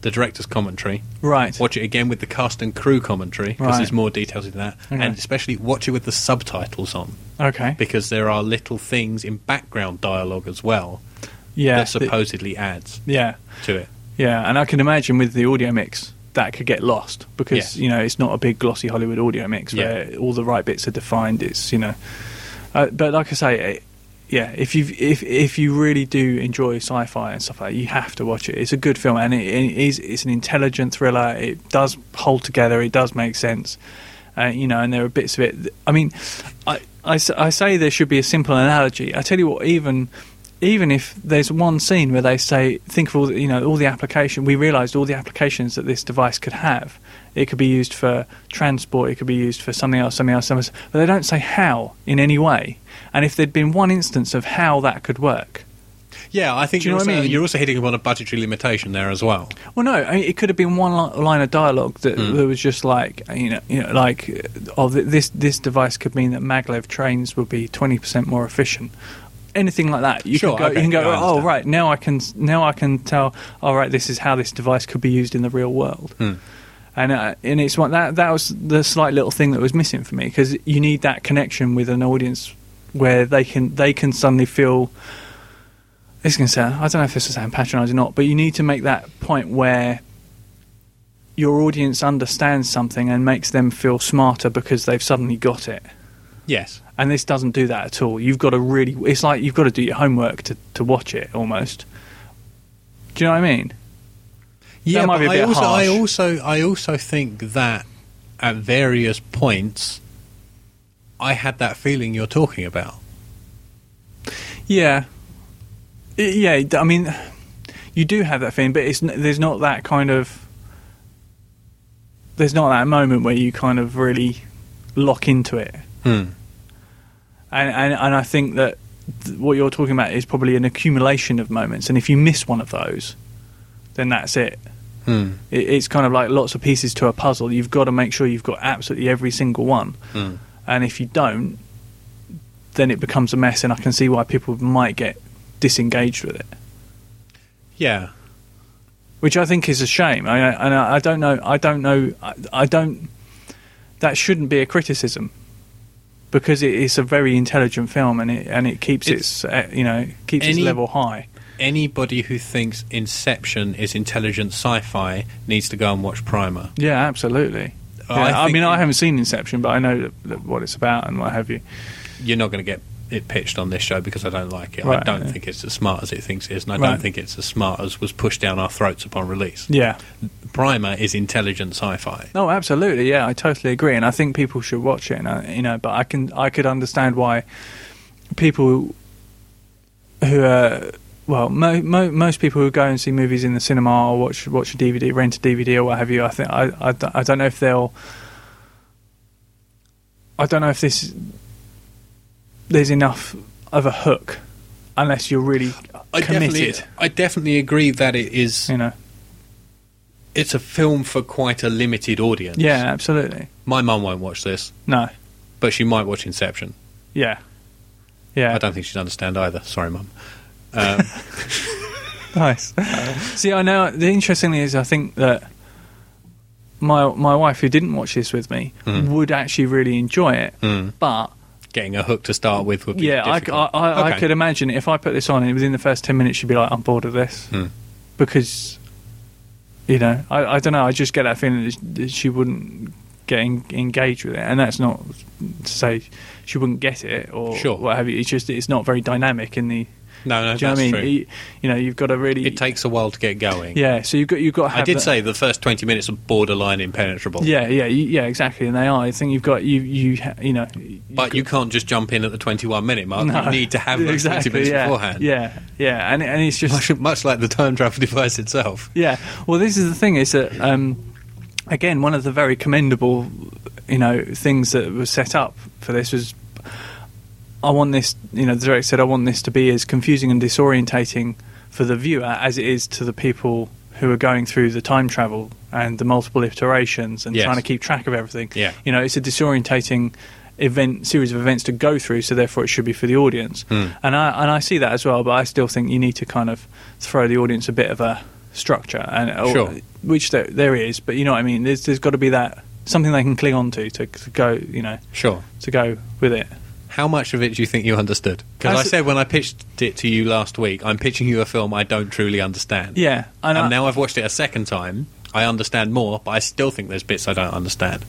A: the director's commentary.
B: right,
A: Watch it again with the cast and crew commentary because
B: Right.
A: there's more details in that,
B: Okay.
A: and especially watch it with the subtitles on
B: okay,
A: because there are little things in background dialogue as well
B: yeah,
A: that
B: the-
A: supposedly adds
B: yeah,
A: to it.
B: yeah. And I can imagine with the audio mix that could get lost because
A: Yes.
B: you know it's not a big glossy Hollywood audio mix
A: Yeah.
B: where all the right bits are defined. It's you know, uh, but like I say. It, yeah, if you if if you really do enjoy sci-fi and stuff like that, you have to watch it. It's a good film, and it, it is it's an intelligent thriller. It does hold together. It does make sense, uh, you know. And there are bits of it. I mean, I, I s- I say there should be a simple analogy. I tell you what, even even if there's one scene where they say, think of all the, you know all the application. We realised all the applications that this device could have. It could be used for transport. It could be used for something else, something else, something else. But they don't say how in any way. And if there'd been one instance of how that could work,
A: Yeah, I think
B: Do you
A: you're
B: know what I
A: also-
B: mean?
A: You're also hitting upon a budgetary limitation there as well.
B: Well, no, I mean, it could have been one li- line of dialogue that,
A: Hmm.
B: that was just like you know, you know, like uh, oh, th- this this device could mean that maglev trains would be twenty percent more efficient. Anything like that, you
A: Sure,
B: can go.
A: okay,
B: you can
A: I
B: go. Oh,
A: understand.
B: right. Now I can. s- Now I can tell. All right, this is how this device could be used in the real world.
A: Hmm.
B: And uh, and it's one that that was the slight little thing that was missing for me because you need that connection with an audience where they can they can suddenly feel this is going to sound, I don't know if this will sound patronising or not, but you need to make that point where your audience understands something and makes them feel smarter because they've suddenly got it.
A: Yes.
B: And this doesn't do that at all. You've got to really, it's like you've got to do your homework to, to watch it almost. Do you know what I mean?
A: Yeah,
B: might
A: but
B: be a
A: I
B: bit
A: also,
B: harsh.
A: I also, I also think that at various points, I had that feeling you're talking about.
B: Yeah, I- yeah. I mean, you do have that feeling, but it's n- there's not that kind of there's not that moment where you kind of really lock into it. And and and I think that th- what you're talking about is probably an accumulation of moments, and if you miss one of those, then that's it. It, it's kind of like lots of pieces to a puzzle. You've got to make sure you've got absolutely every single one. And if you don't, then it becomes a mess, and I can see why people might get disengaged with it,
A: Yeah.
B: which I think is a shame. I, I, and I I don't know. I don't know. I, I don't. That shouldn't be a criticism because it, it's a very intelligent film, and it and it keeps its, uh, you know keeps its
A: any-
B: level high.
A: Anybody who thinks Inception is intelligent sci-fi needs to go and watch Primer.
B: Yeah, absolutely.
A: I
B: Yeah, I,
A: think
B: mean,
A: it-
B: I haven't seen Inception, but I know that, that what it's about and what have you.
A: You're not going to get it pitched on this show because I don't like it. I
B: Right,
A: don't
B: yeah.
A: think it's as smart as it thinks it is, and I
B: Right.
A: don't think it's as smart as was pushed down our throats upon release.
B: Yeah.
A: Primer is intelligent sci-fi.
B: No, absolutely. Yeah, I totally agree, and I think people should watch it. And I, you know, but I can I could understand why people who are well, mo- mo- most people who go and see movies in the cinema or watch watch a DVD, rent a DVD or what have you, I think I, I, d- I don't know if they'll. I don't know if this there's enough of a hook, unless you're really
A: I
B: committed.
A: definitely, I definitely agree that it is.
B: You know,
A: It's a film for quite a limited audience.
B: yeah, absolutely.
A: My mum won't watch this,
B: No,
A: but she might watch Inception.
B: yeah, yeah.
A: I don't think she'd understand either. Sorry, mum. Um,
B: nice. See, I know. The interesting thing is, I think that my my wife, who didn't watch this with me,
A: Mm.
B: would actually really enjoy it.
A: Mm.
B: But
A: getting a hook to start with would be
B: yeah, I, c- I-
A: difficult.
B: I- I
A: Okay.
B: could imagine if I put this on, and within the first ten minutes, she'd be like, "I'm bored of this,"
A: Mm.
B: because you know, I, I don't know. I just get that feeling that sh- that she wouldn't get en- engaged with it, and that's not to say she wouldn't get it or
A: Sure.
B: what have you. It's just it's not very dynamic in the.
A: No, no,
B: Do you know
A: that's
B: what I mean?
A: true.
B: You, you know, you've got to really.
A: It takes a while to get going.
B: yeah, so you've got you've got. To have
A: I did
B: that-
A: say the first twenty minutes are borderline impenetrable.
B: Yeah, yeah, y- yeah, exactly. And they are. I think you've got you, you, ha- you know. you
A: But you can't just jump in at the 21 minute mark.
B: No.
A: You need to have those
B: exactly,
A: 20 minutes
B: yeah,
A: beforehand.
B: Yeah, yeah, and and it's just
A: Much, much like the time travel device itself.
B: yeah. Well, this is the thing is that um, again, one of the very commendable, you know, things that was set up for this was. I want this, you know, the director said, I want this to be as confusing and disorientating for the viewer as it is to the people who are going through the time travel and the multiple iterations and
A: Yes.
B: trying to keep track of everything.
A: Yeah.
B: You know, it's a disorientating event series of events to go through, so therefore it should be for the audience.
A: Hmm.
B: And I and I see that as well, but I still think you need to kind of throw the audience a bit of a structure and or-
A: Sure.
B: which there, there is, but you know what I mean. There's there's got to be that something they can cling on to, to to go, you know,
A: Sure.
B: to go with it.
A: How much of it do you think you understood? Because I
B: That's-
A: said when I pitched it to you last week, I'm pitching you a film I don't truly understand.
B: Yeah, and,
A: And,
B: I,
A: now I've watched it a second time. I understand more, but I still think there's bits I don't understand.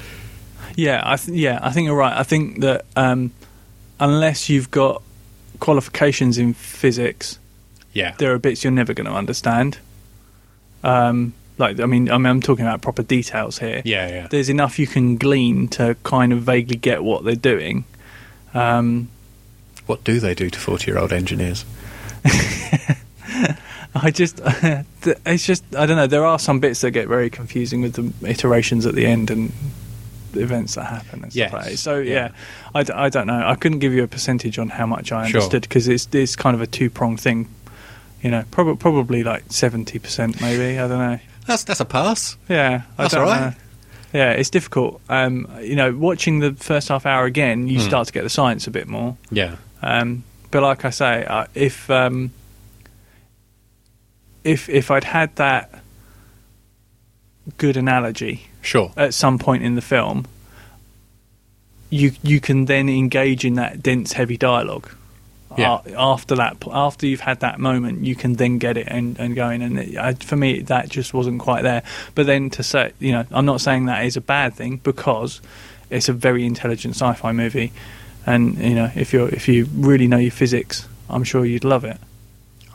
B: yeah, I th- yeah, I think you're right. I think that um, unless you've got qualifications in physics,
A: Yeah.
B: there are bits you're never going to understand. Um, like I mean, I mean, I'm talking about proper details here.
A: Yeah, yeah.
B: there's enough you can glean to kind of vaguely get what they're doing. Um,
A: What do they do to 40 year old engineers?
B: I just, it's just, I don't know. There are some bits that get very confusing with the iterations at the end and the events that happen. And
A: Yes,
B: stuff like that. So
A: yeah.
B: yeah, I, d- I don't know. I couldn't give you a percentage on how much I
A: Sure.
B: understood because it's it's kind of a two pronged thing. You know, prob- probably like seventy percent, maybe. I don't know.
A: That's, that's a pass.
B: Yeah,
A: That's
B: I don't
A: all right.
B: know. Yeah, it's difficult. Um, you know, watching the first half hour again, you
A: Hmm.
B: start to get the science a bit more.
A: Yeah.
B: Um, but like I say, I if um, if if I'd had that good analogy
A: Sure.
B: at some point in the film, you you can then engage in that dense, heavy dialogue.
A: Yeah.
B: A- After that, p- after you've had that moment, you can then get it and, and go in. And it, I, for me, that just wasn't quite there. But then to say, you know, I'm not saying that is a bad thing because it's a very intelligent sci-fi movie, and you know, if you are if you really know your physics, I'm sure you'd love it.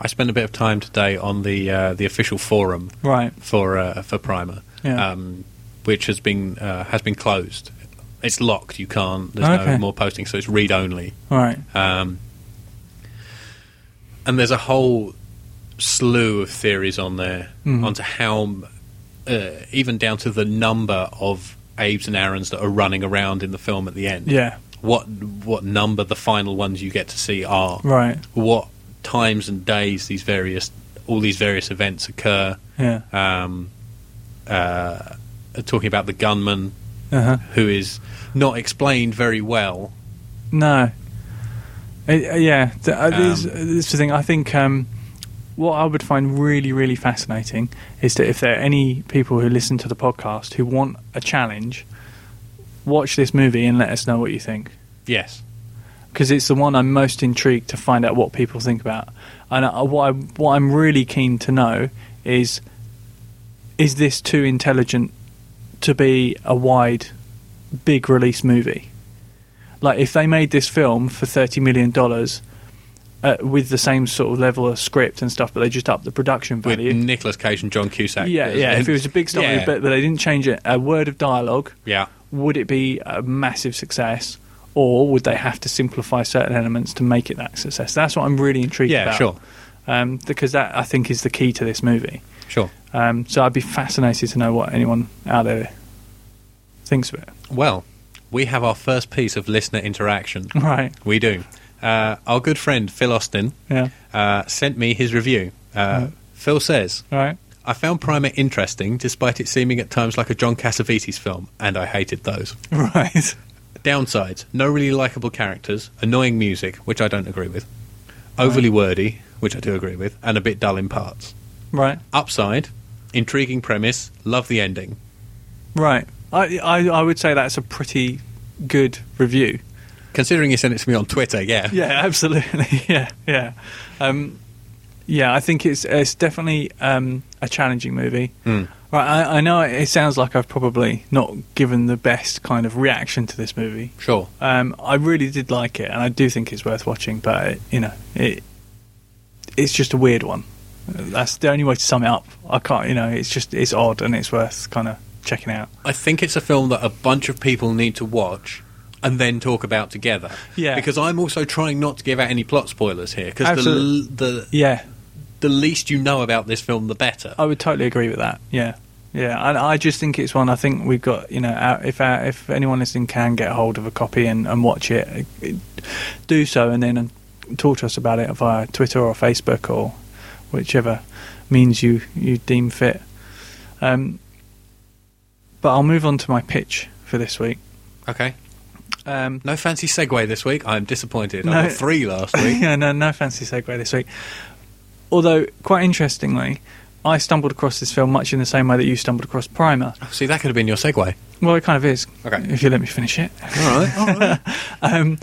A: I spent a bit of time today on the uh, the official forum
B: Right.
A: for uh, for Primer,
B: Yeah.
A: um, which has been uh, has been closed. It's locked. You can't. There's no
B: Okay.
A: more posting, so it's read only.
B: All right.
A: Um, and there's a whole slew of theories on there
B: Mhm.
A: onto how, uh, even down to the number of Abe's and Aaron's that are running around in the film at the end.
B: Yeah.
A: What what number the final ones you get to see are?
B: Right.
A: what times and days these various all these various events occur.
B: Yeah.
A: Um, uh, talking about the gunman
B: Uh huh.
A: who is not explained very well.
B: No. Uh, uh, yeah, th- uh, this,
A: Um,
B: this is the thing. I think um, what I would find really, really fascinating is that if there are any people who listen to the podcast who want a challenge, watch this movie and let us know what you think.
A: Yes,
B: Because it's the one I'm most intrigued to find out what people think about. And uh, what, I, what I'm really keen to know is is this too intelligent to be a wide, big release movie? Like, if they made this film for thirty million dollars uh, with the same sort of level of script and stuff, but they just upped the production
A: with
B: value.
A: Nicolas Cage and John Cusack.
B: yeah,
A: There's-
B: yeah. If it was a big story,
A: Yeah.
B: but, but they didn't change it, a word of dialogue,
A: yeah,
B: would it be a massive success? Or would they have to simplify certain elements to make it that success? That's what I'm really intrigued
A: Yeah,
B: about.
A: sure.
B: um, because that I think is the key to this movie.
A: Sure.
B: Um, so I'd be fascinated to know what anyone out there thinks of it.
A: Well, we have our first piece of listener interaction.
B: Right?
A: We do. Uh, our good friend Phil Austin
B: Yeah.
A: uh, sent me his review. Uh,
B: Hmm.
A: Phil says,
B: Right.
A: I found Primer interesting despite it seeming at times like a John Cassavetes film, and I hated those.
B: Right.
A: Downsides no really likable characters, annoying music, which I don't agree with, overly
B: Hmm.
A: wordy, which I do agree with, and a bit dull in parts.
B: Right.
A: Upside intriguing premise, love the ending.
B: Right. I, I I would say that's a pretty good review.
A: Considering you sent it to me on Twitter, yeah.
B: Yeah, absolutely. yeah, yeah, um, yeah. I think it's it's definitely um, a challenging movie.
A: Mm.
B: Right, I, I know it it sounds like I've probably not given the best kind of reaction to this movie.
A: Sure.
B: Um, I really did like it, and I do think it's worth watching. But it, you know, it it's just a weird one. That's the only way to sum it up. I can't, you know, it's just it's odd and it's worth kind of checking out.
A: I think it's a film that a bunch of people need to watch and then talk about together.
B: Yeah.
A: Because I'm also trying not to give out any plot spoilers here because the, l-
B: Absolute-
A: the
B: Yeah,
A: the least you know about this film, the better.
B: I would totally agree with that. Yeah, yeah, and I just think it's one. I think we've got you know, our, if our, if anyone listening can get hold of a copy and, and watch it, uh, do so, and then talk to us about it via Twitter or Facebook or whichever means you you deem fit. Um, but I'll move on to my pitch for this week.
A: Okay.
B: Um,
A: No fancy segue this week. I'm disappointed. I
B: No.
A: got three last week.
B: yeah, no, no fancy segue this week. Although, quite interestingly, I stumbled across this film much in the same way that you stumbled across Primer.
A: See, that could have been your segue. All
B: Well, it kind of is.
A: Okay.
B: If you let me finish it.
A: right. All right.
B: Um,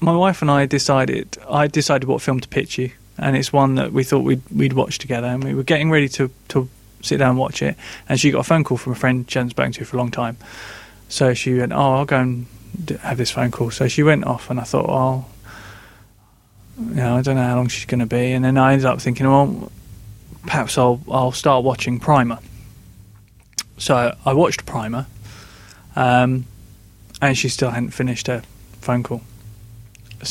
B: my wife and I decided. I decided what film to pitch you, and it's one that we thought we'd we'd watch together. And we were getting ready to to sit down and watch it. And she got a phone call from a friend she hadn't spoken to for a long time. So she went, "Oh, I'll go and d- have this phone call." So she went off, and I thought, "Well, you know, I don't know how long she's going to be." And then I ended up thinking, "Well, perhaps I'll I'll start watching Primer." So I watched Primer, um, and she still hadn't finished her phone call.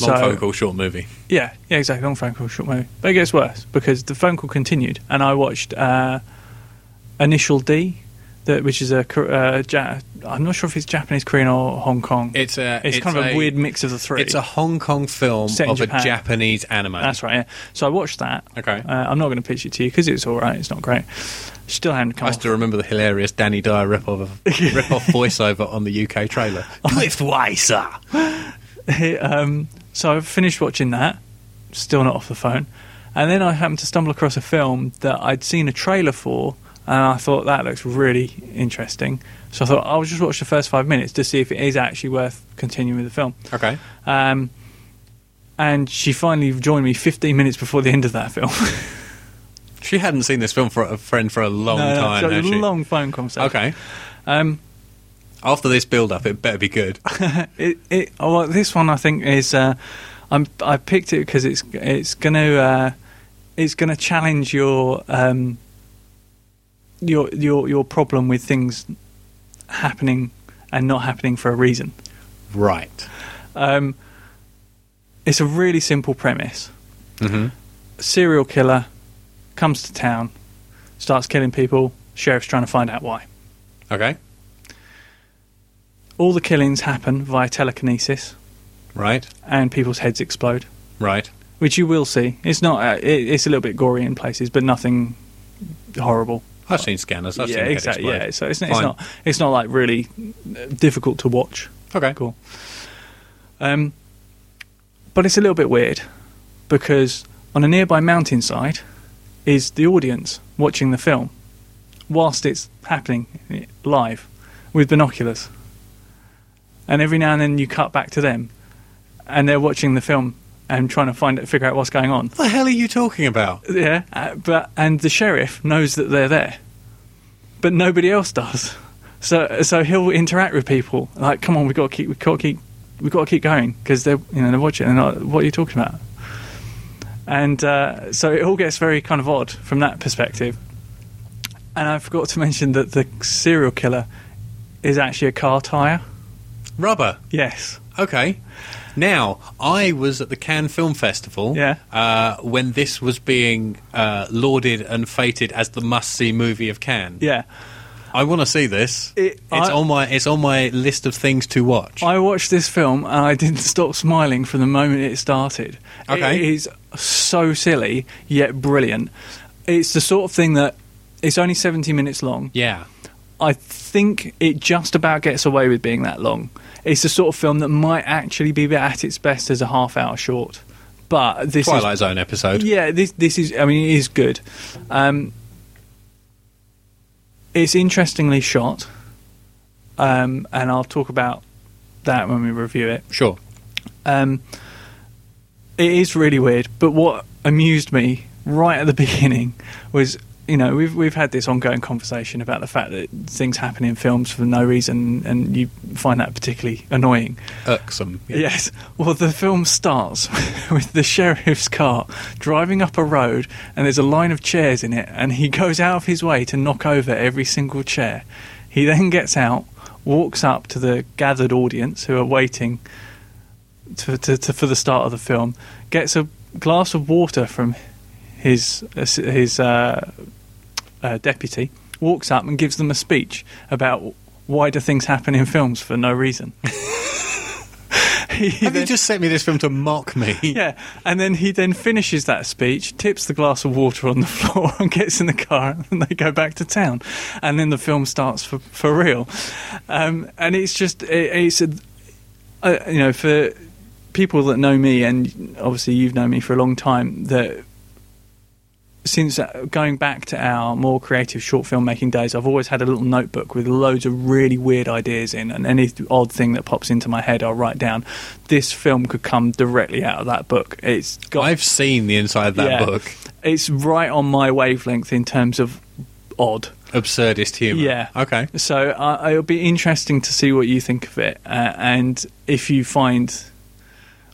A: Long phone call, short movie.
B: Yeah, yeah, exactly. Long phone call, short movie. But it gets worse because the phone call continued, and I watched uh, Initial D, that which is a Kor- uh, ja- I'm not sure if it's Japanese, Korean, or Hong Kong.
A: It's a.
B: it's, kind of a, weird mix of the three.
A: It's a Hong Kong film
B: Set in
A: of a
B: Japan.
A: Japanese anime.
B: That's right. Yeah. So I watched that.
A: Okay.
B: Uh, I'm not going to pitch it to you because it's all right. It's not great. Still haven't come.
A: I
B: off-
A: still remember the hilarious Danny Dyer rip-off, of, rip-off voiceover on the UK trailer. Cliff Weiser.
B: um, so I finished watching that, still not off the phone, and then I happened to stumble across a film that I'd seen a trailer for, and I thought that looks really interesting. So I thought I'll just watch the first five minutes to see if it is actually worth continuing with the film.
A: Okay.
B: Um, and she finally joined me 15 minutes before the end of that film.
A: She hadn't seen this film for a friend for a long
B: No, no,
A: time,
B: so it
A: had
B: was a
A: she?
B: long phone conversation.
A: Okay.
B: Um,
A: After this build-up, it better be good.
B: it, it, oh, well, this one I think is uh, I'm, I picked it because it's it's gonna uh, it's gonna challenge your um, your your your problem with things happening and not happening for a reason.
A: Right.
B: Um, it's a really simple premise.
A: Mm-hmm.
B: Serial killer comes to town, starts killing people. Sheriff's trying to find out why.
A: Okay.
B: All the killings happen via telekinesis,
A: Right.
B: and people's heads explode.
A: Right.
B: which you will see. It's not. Uh, it, it's a little bit gory in places, but nothing horrible.
A: I've seen scanners. I've
B: yeah,
A: seen Head
B: exactly.
A: Explode.
B: Yeah, so it's, it's
A: Fine.
B: not. It's not like really uh, difficult to watch.
A: Okay.
B: Cool. Um, but it's a little bit weird because on a nearby mountainside is the audience watching the film whilst it's happening eh, live with binoculars. And every now and then you cut back to them and they're watching the film and trying to find it, figure out what's going on.
A: What the hell are you talking about?
B: Yeah, uh, but and the sheriff knows that they're there, but nobody else does. So so he'll interact with people like, "Come on, we got to keep, we got to keep, we got to keep going because they're you know they're watching and they're like, what are you talking about?" And uh, so it all gets very kind of odd from that perspective. And I forgot to mention that the serial killer is actually a car tire.
A: Rubber.
B: Yes.
A: Okay. Now, I was at the Cannes Film Festival
B: Yeah.
A: uh, when this was being uh, lauded and fated as the must-see movie of Cannes.
B: Yeah.
A: I want to see this.
B: It-
A: it's
B: I-
A: on my it's on my list of things to watch.
B: I watched this film and I didn't stop smiling from the moment it started.
A: Okay.
B: It is so silly, yet brilliant. It's the sort of thing that it's only 70 minutes long.
A: yeah,
B: I think it just about gets away with being that long. It's the sort of film that might actually be at its best as a half hour short. But this
A: Twilight
B: is
A: Zone episode.
B: yeah, this this is I mean it is good. Um, it's interestingly shot. Um, and I'll talk about that when we review it.
A: Sure.
B: Um, it is really weird, but what amused me right at the beginning was, you know, we've we've had this ongoing conversation about the fact that things happen in films for no reason, and you find that particularly annoying.
A: Irksome.
B: Yes. Well, the film starts with the sheriff's car driving up a road, and there's a line of chairs in it, and he goes out of his way to knock over every single chair. He then gets out, walks up to the gathered audience who are waiting to, to, to, for the start of the film, gets a glass of water from his his uh, uh, deputy, walks up and gives them a speech about why do things happen in films for no reason. He
A: Have
B: then-
A: you just sent me this film to mock me?
B: yeah, and then he then finishes that speech, tips the glass of water on the floor, and gets in the car, and they go back to town, and then the film starts for for real, um, and it's just it, it's a, uh, you know for people that know me, and obviously you've known me for a long time that. Since uh, going back to our more creative short filmmaking days, I've always had a little notebook with loads of really weird ideas in, and any th- odd thing that pops into my head, I'll write down. This film could come directly out of that book. It's got
A: I've seen the inside of that
B: yeah.
A: book.
B: It's right on my wavelength in terms of odd.
A: Absurdist humour.
B: Yeah.
A: Okay.
B: So uh, it'll be interesting to see what you think of it, uh, and if you find.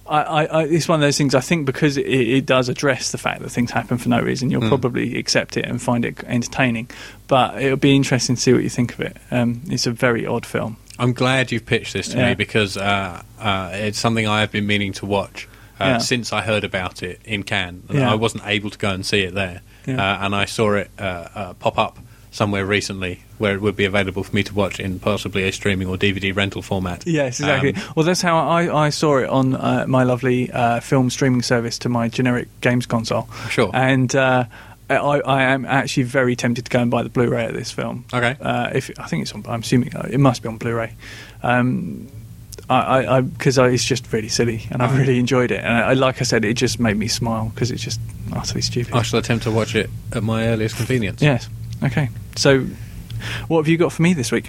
B: I, I, I, it's one of those things. I think because it, it does address the fact that things happen for no reason, you'll probably accept it and find it entertaining. But it'll be interesting to see what you think of it. Um, it's a very odd film.
A: I'm glad you've pitched this to
B: Yeah.
A: me because uh, uh, it's something I have been meaning to watch uh,
B: Yeah.
A: since I heard about it in Cannes. And
B: Yeah.
A: I wasn't able to go and see it there,
B: Yeah.
A: uh, and I saw it uh, uh, pop up somewhere recently where it would be available for me to watch in possibly a streaming or DVD rental format.
B: Yes, exactly.
A: Um,
B: well, that's how I, I saw it on uh, my lovely uh, film streaming service to my generic games console.
A: Sure.
B: And uh, I, I am actually very tempted to go and buy the Blu-ray of this film.
A: Okay.
B: Uh, if I think it's on, I'm assuming uh, it must be on Blu-ray. Um, I because I, it's just really silly, and
A: Mm.
B: I really enjoyed it. And I, I- like I said, it just made me smile because it's just utterly stupid.
A: I shall attempt to watch it at my earliest convenience.
B: yes. Okay. So, what have you got for me this week?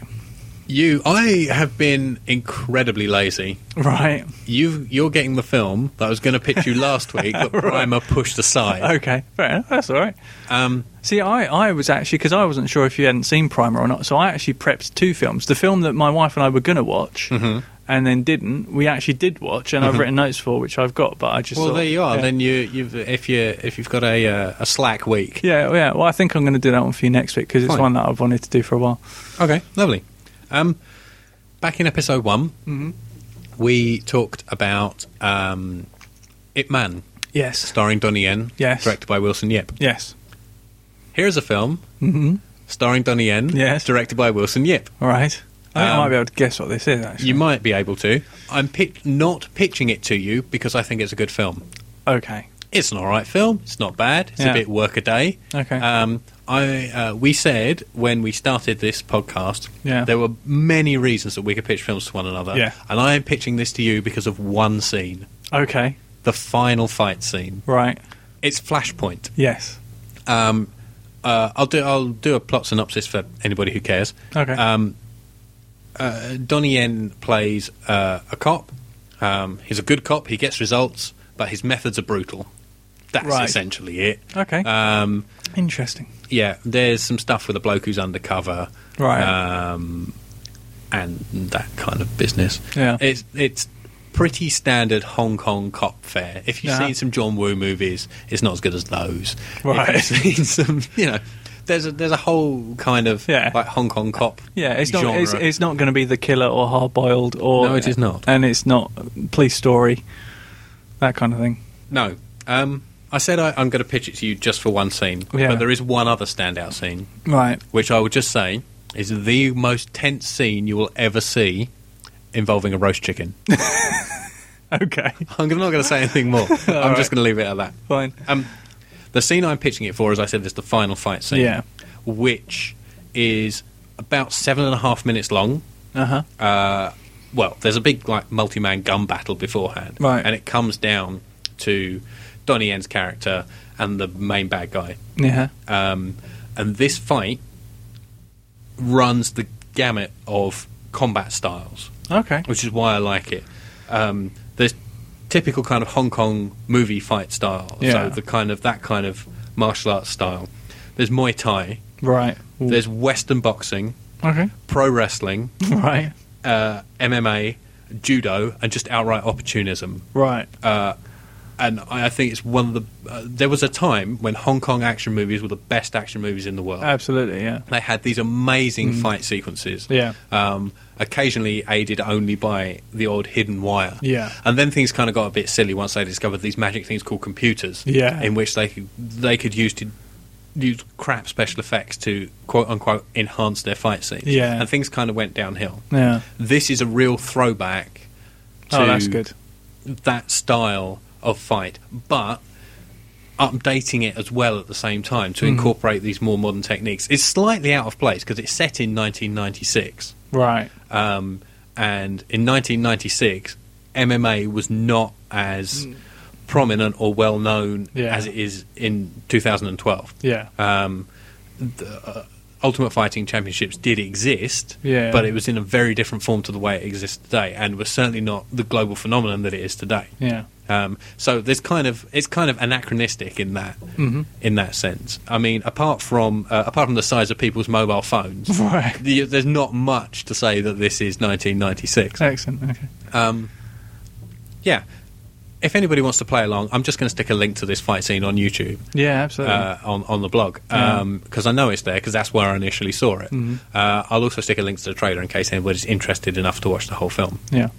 A: You, I have been incredibly lazy.
B: Right.
A: You, you're getting the film that I was going to pitch you last week, but Primer pushed aside.
B: Okay. Fair enough. That's all right.
A: Um,
B: See, I, I was actually because I wasn't sure if you hadn't seen Primer or not, so I actually prepped two films. The film that my wife and I were going to watch
A: Mm-hmm.
B: and then didn't, we actually did watch, and I've written notes for which I've got, but I just
A: well,
B: thought-
A: there you are.
B: Yeah.
A: Then you, you've, if you, if you've got a uh, a slack week,
B: yeah, yeah. Well, I think I'm going to do that one for you next week because it's
A: Fine.
B: one that I've wanted to do for a while.
A: Okay, lovely. Um, back in episode one,
B: Mm-hmm.
A: we talked about um, Ip Man,
B: Yes,
A: starring Donnie Yen,
B: Yes.
A: directed by Wilson Yip.
B: yes.
A: Here is a film starring Donnie Yen,
B: Mm-hmm. Yes.
A: directed by Wilson Yip.
B: All right. I think I
A: Um,
B: might be able to guess what this is. Actually,
A: You might be able to. I'm pit- not pitching it to you because I think it's a good film.
B: okay?
A: It's an all right film. It's not bad. It's
B: Yeah.
A: a bit workaday.
B: Okay.
A: Um, I uh, we said when we started this podcast,
B: Yeah.
A: there were many reasons that we could pitch films to one another.
B: Yeah.
A: And I am pitching this to you because of one scene,
B: Okay.
A: the final fight scene.
B: Right.
A: It's Flashpoint.
B: Yes.
A: Um, uh, I'll do I'll do a plot synopsis for anybody who cares.
B: Okay.
A: Um, uh, Donnie Yen plays uh, a cop. Um, he's a good cop. He gets results, but his methods are brutal. That's
B: Right.
A: essentially it.
B: Okay.
A: Um,
B: Interesting.
A: yeah, there's some stuff with a bloke who's undercover,
B: Right.
A: Um, and that kind of business.
B: Yeah.
A: it's it's pretty standard Hong Kong cop fare. If you've
B: Yeah.
A: seen some John Woo movies, it's not as good as those. If
B: Right.
A: you've seen some, you know, there's a there's a whole kind of
B: Yeah.
A: like Hong Kong cop.
B: Yeah, it's not.
A: genre.
B: It's, it's not going to be the killer or hard boiled or.
A: No, it is not.
B: And it's not police story, that kind of thing.
A: no. Um, I said I, I'm going to pitch it to you just for one scene,
B: Yeah.
A: but there is one other standout scene,
B: Right.
A: which I would just say is the most tense scene you will ever see involving a roast chicken.
B: Okay.
A: I'm not going to say anything more. I'm
B: All
A: just
B: right.
A: going to leave it at that.
B: Fine.
A: Um, the scene I'm pitching it for, as I said, is the final fight scene,
B: Yeah.
A: which is about seven and a half minutes long.
B: Uh
A: Uh-huh.
B: huh.
A: Well, there's a big like multi-man gun battle beforehand,
B: Right.
A: And it comes down to Donnie Yen's character and the main bad guy,
B: Yeah.
A: um, and this fight runs the gamut of combat styles
B: Okay.
A: which is why I like it. Um, there's typical kind of Hong Kong movie fight style,
B: Yeah.
A: so the kind of that kind of martial arts style. There's Muay Thai,
B: Right. Ooh.
A: there's Western boxing,
B: Okay.
A: pro wrestling,
B: Right.
A: uh, MMA, judo, and just outright opportunism.
B: Right.
A: Uh, And I I think it's one of the. Uh, there was a time when Hong Kong action movies were the best action movies in the world.
B: Absolutely. Yeah.
A: they had these amazing fight sequences.
B: mm. Yeah.
A: Um, occasionally aided only by the odd hidden wire.
B: Yeah.
A: And then things kind of got a bit silly once they discovered these magic things called computers.
B: Yeah.
A: In which they could, they could use to use crap special effects to quote unquote enhance their fight scenes.
B: Yeah.
A: And things kind of went downhill.
B: Yeah.
A: This is a real throwback. To
B: Oh, that's good.
A: that style of fight, but updating it as well at the same time
B: Mm.
A: to incorporate these more modern techniques. It's slightly out of place because it's set in 1996,
B: Right.
A: um, and in 1996, MMA was not as prominent or well known
B: Hmm. Yeah.
A: as it is in 2012.
B: Yeah.
A: Um, the, uh, Ultimate Fighting Championships did exist,
B: Yeah.
A: but it was in a very different form to the way it exists today, and was certainly not the global phenomenon that it is today.
B: yeah.
A: Um, so there's kind of it's kind of anachronistic in that
B: Mm-hmm.
A: in that sense. I mean, apart from uh, apart from the size of people's mobile phones,
B: Right.
A: the- there's not much to say that this is 1996.
B: Excellent. Okay.
A: Yeah. If anybody wants to play along, I'm just going to stick a link to this fight scene on YouTube.
B: Yeah. Absolutely.
A: uh, on on the blog because
B: Yeah. Mm-hmm.
A: I know it's there because that's where I initially saw it. Uh, I'll also stick a link to the trailer in case anybody's interested enough to watch the whole film.
B: yeah.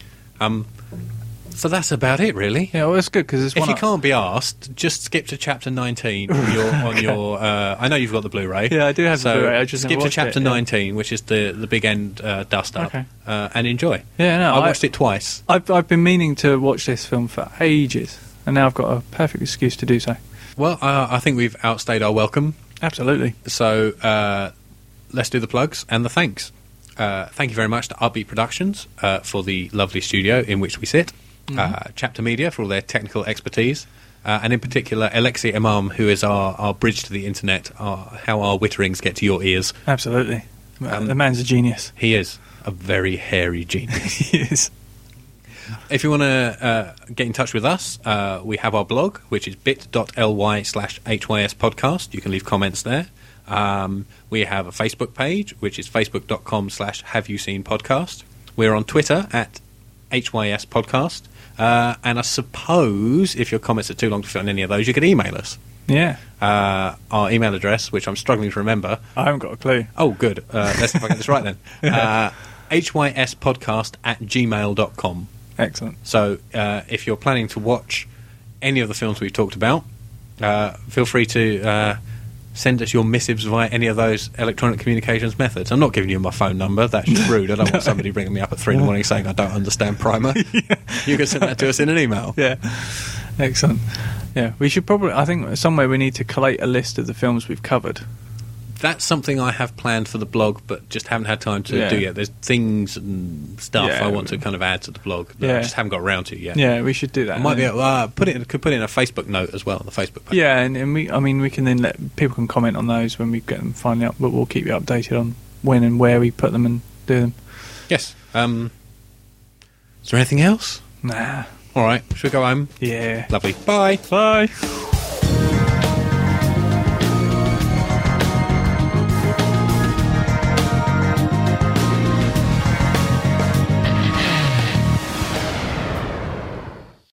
A: So that's about it, really.
B: Yeah. Well, it's good because it's
A: If
B: one.
A: you
B: I-
A: can't be asked, just skip to chapter 19 on your. On your uh, I know you've got the Blu-ray.
B: Yeah, I do have the
A: so
B: Blu-ray, I just
A: skip
B: never
A: to
B: watched
A: chapter
B: it, yeah.
A: 19, which is the the big end uh, dust up,
B: Okay.
A: uh, and enjoy.
B: Yeah, no,
A: I
B: I-
A: watched it twice.
B: I've I've been meaning to watch this film for ages, and now I've got a perfect excuse to do so.
A: Well, uh, I think we've outstayed our welcome.
B: Absolutely.
A: So uh, let's do the plugs and the thanks. Uh, thank you very much to Upbeat Productions uh, for the lovely studio in which we sit, uh, Chapter Media for all their technical expertise, uh, and in particular Alexi Imam, who is our, our bridge to the internet, our, how our witterings get to your ears.
B: Absolutely.
A: Um,
B: the man's a genius.
A: He is a very hairy genius.
B: he is.
A: if you want to uh, get in touch with us, uh, we have our blog, which is bit.ly slash HYS podcast. You can leave comments there. Um, we have a Facebook page, which is facebook.com slash have you seen podcast. We're on Twitter at HYS podcast. Uh, and I suppose if your comments are too long to fit on any of those, you could email us.
B: Yeah.
A: Uh, our email address, which I'm struggling to remember,
B: I haven't got a clue.
A: Oh, good. Uh, let's see if I get this right then. Uh, hyspodcast at gmail.com.
B: Excellent.
A: So uh, if you're planning to watch any of the films we've talked about, uh, feel free to uh, send us your missives via any of those electronic communications methods. I'm not giving you my phone number. That's just rude. I don't want somebody ringing me up at three in the morning saying I don't understand Primer. You can send that to us in an email.
B: Yeah. Excellent. Yeah. We should probably. I think somewhere we need to collate a list of the films we've covered.
A: That's something I have planned for the blog, but just haven't had time to
B: Yeah.
A: do yet. There's things and stuff
B: Yeah.
A: I want to kind of add to the blog that I
B: Yeah.
A: just haven't got around to yet.
B: Yeah. We should do that.
A: I might
B: and
A: be
B: then-
A: able, uh, put it could put it in a Facebook note as well on the Facebook page.
B: Yeah, and, and we. I mean, we can then let people can comment on those when we get them finally up. But we'll keep you updated on when and where we put them and do them.
A: Yes. Um, is there anything else?
B: Nah.
A: All right. Should we go home?
B: Yeah.
A: Lovely. Bye.
B: Bye.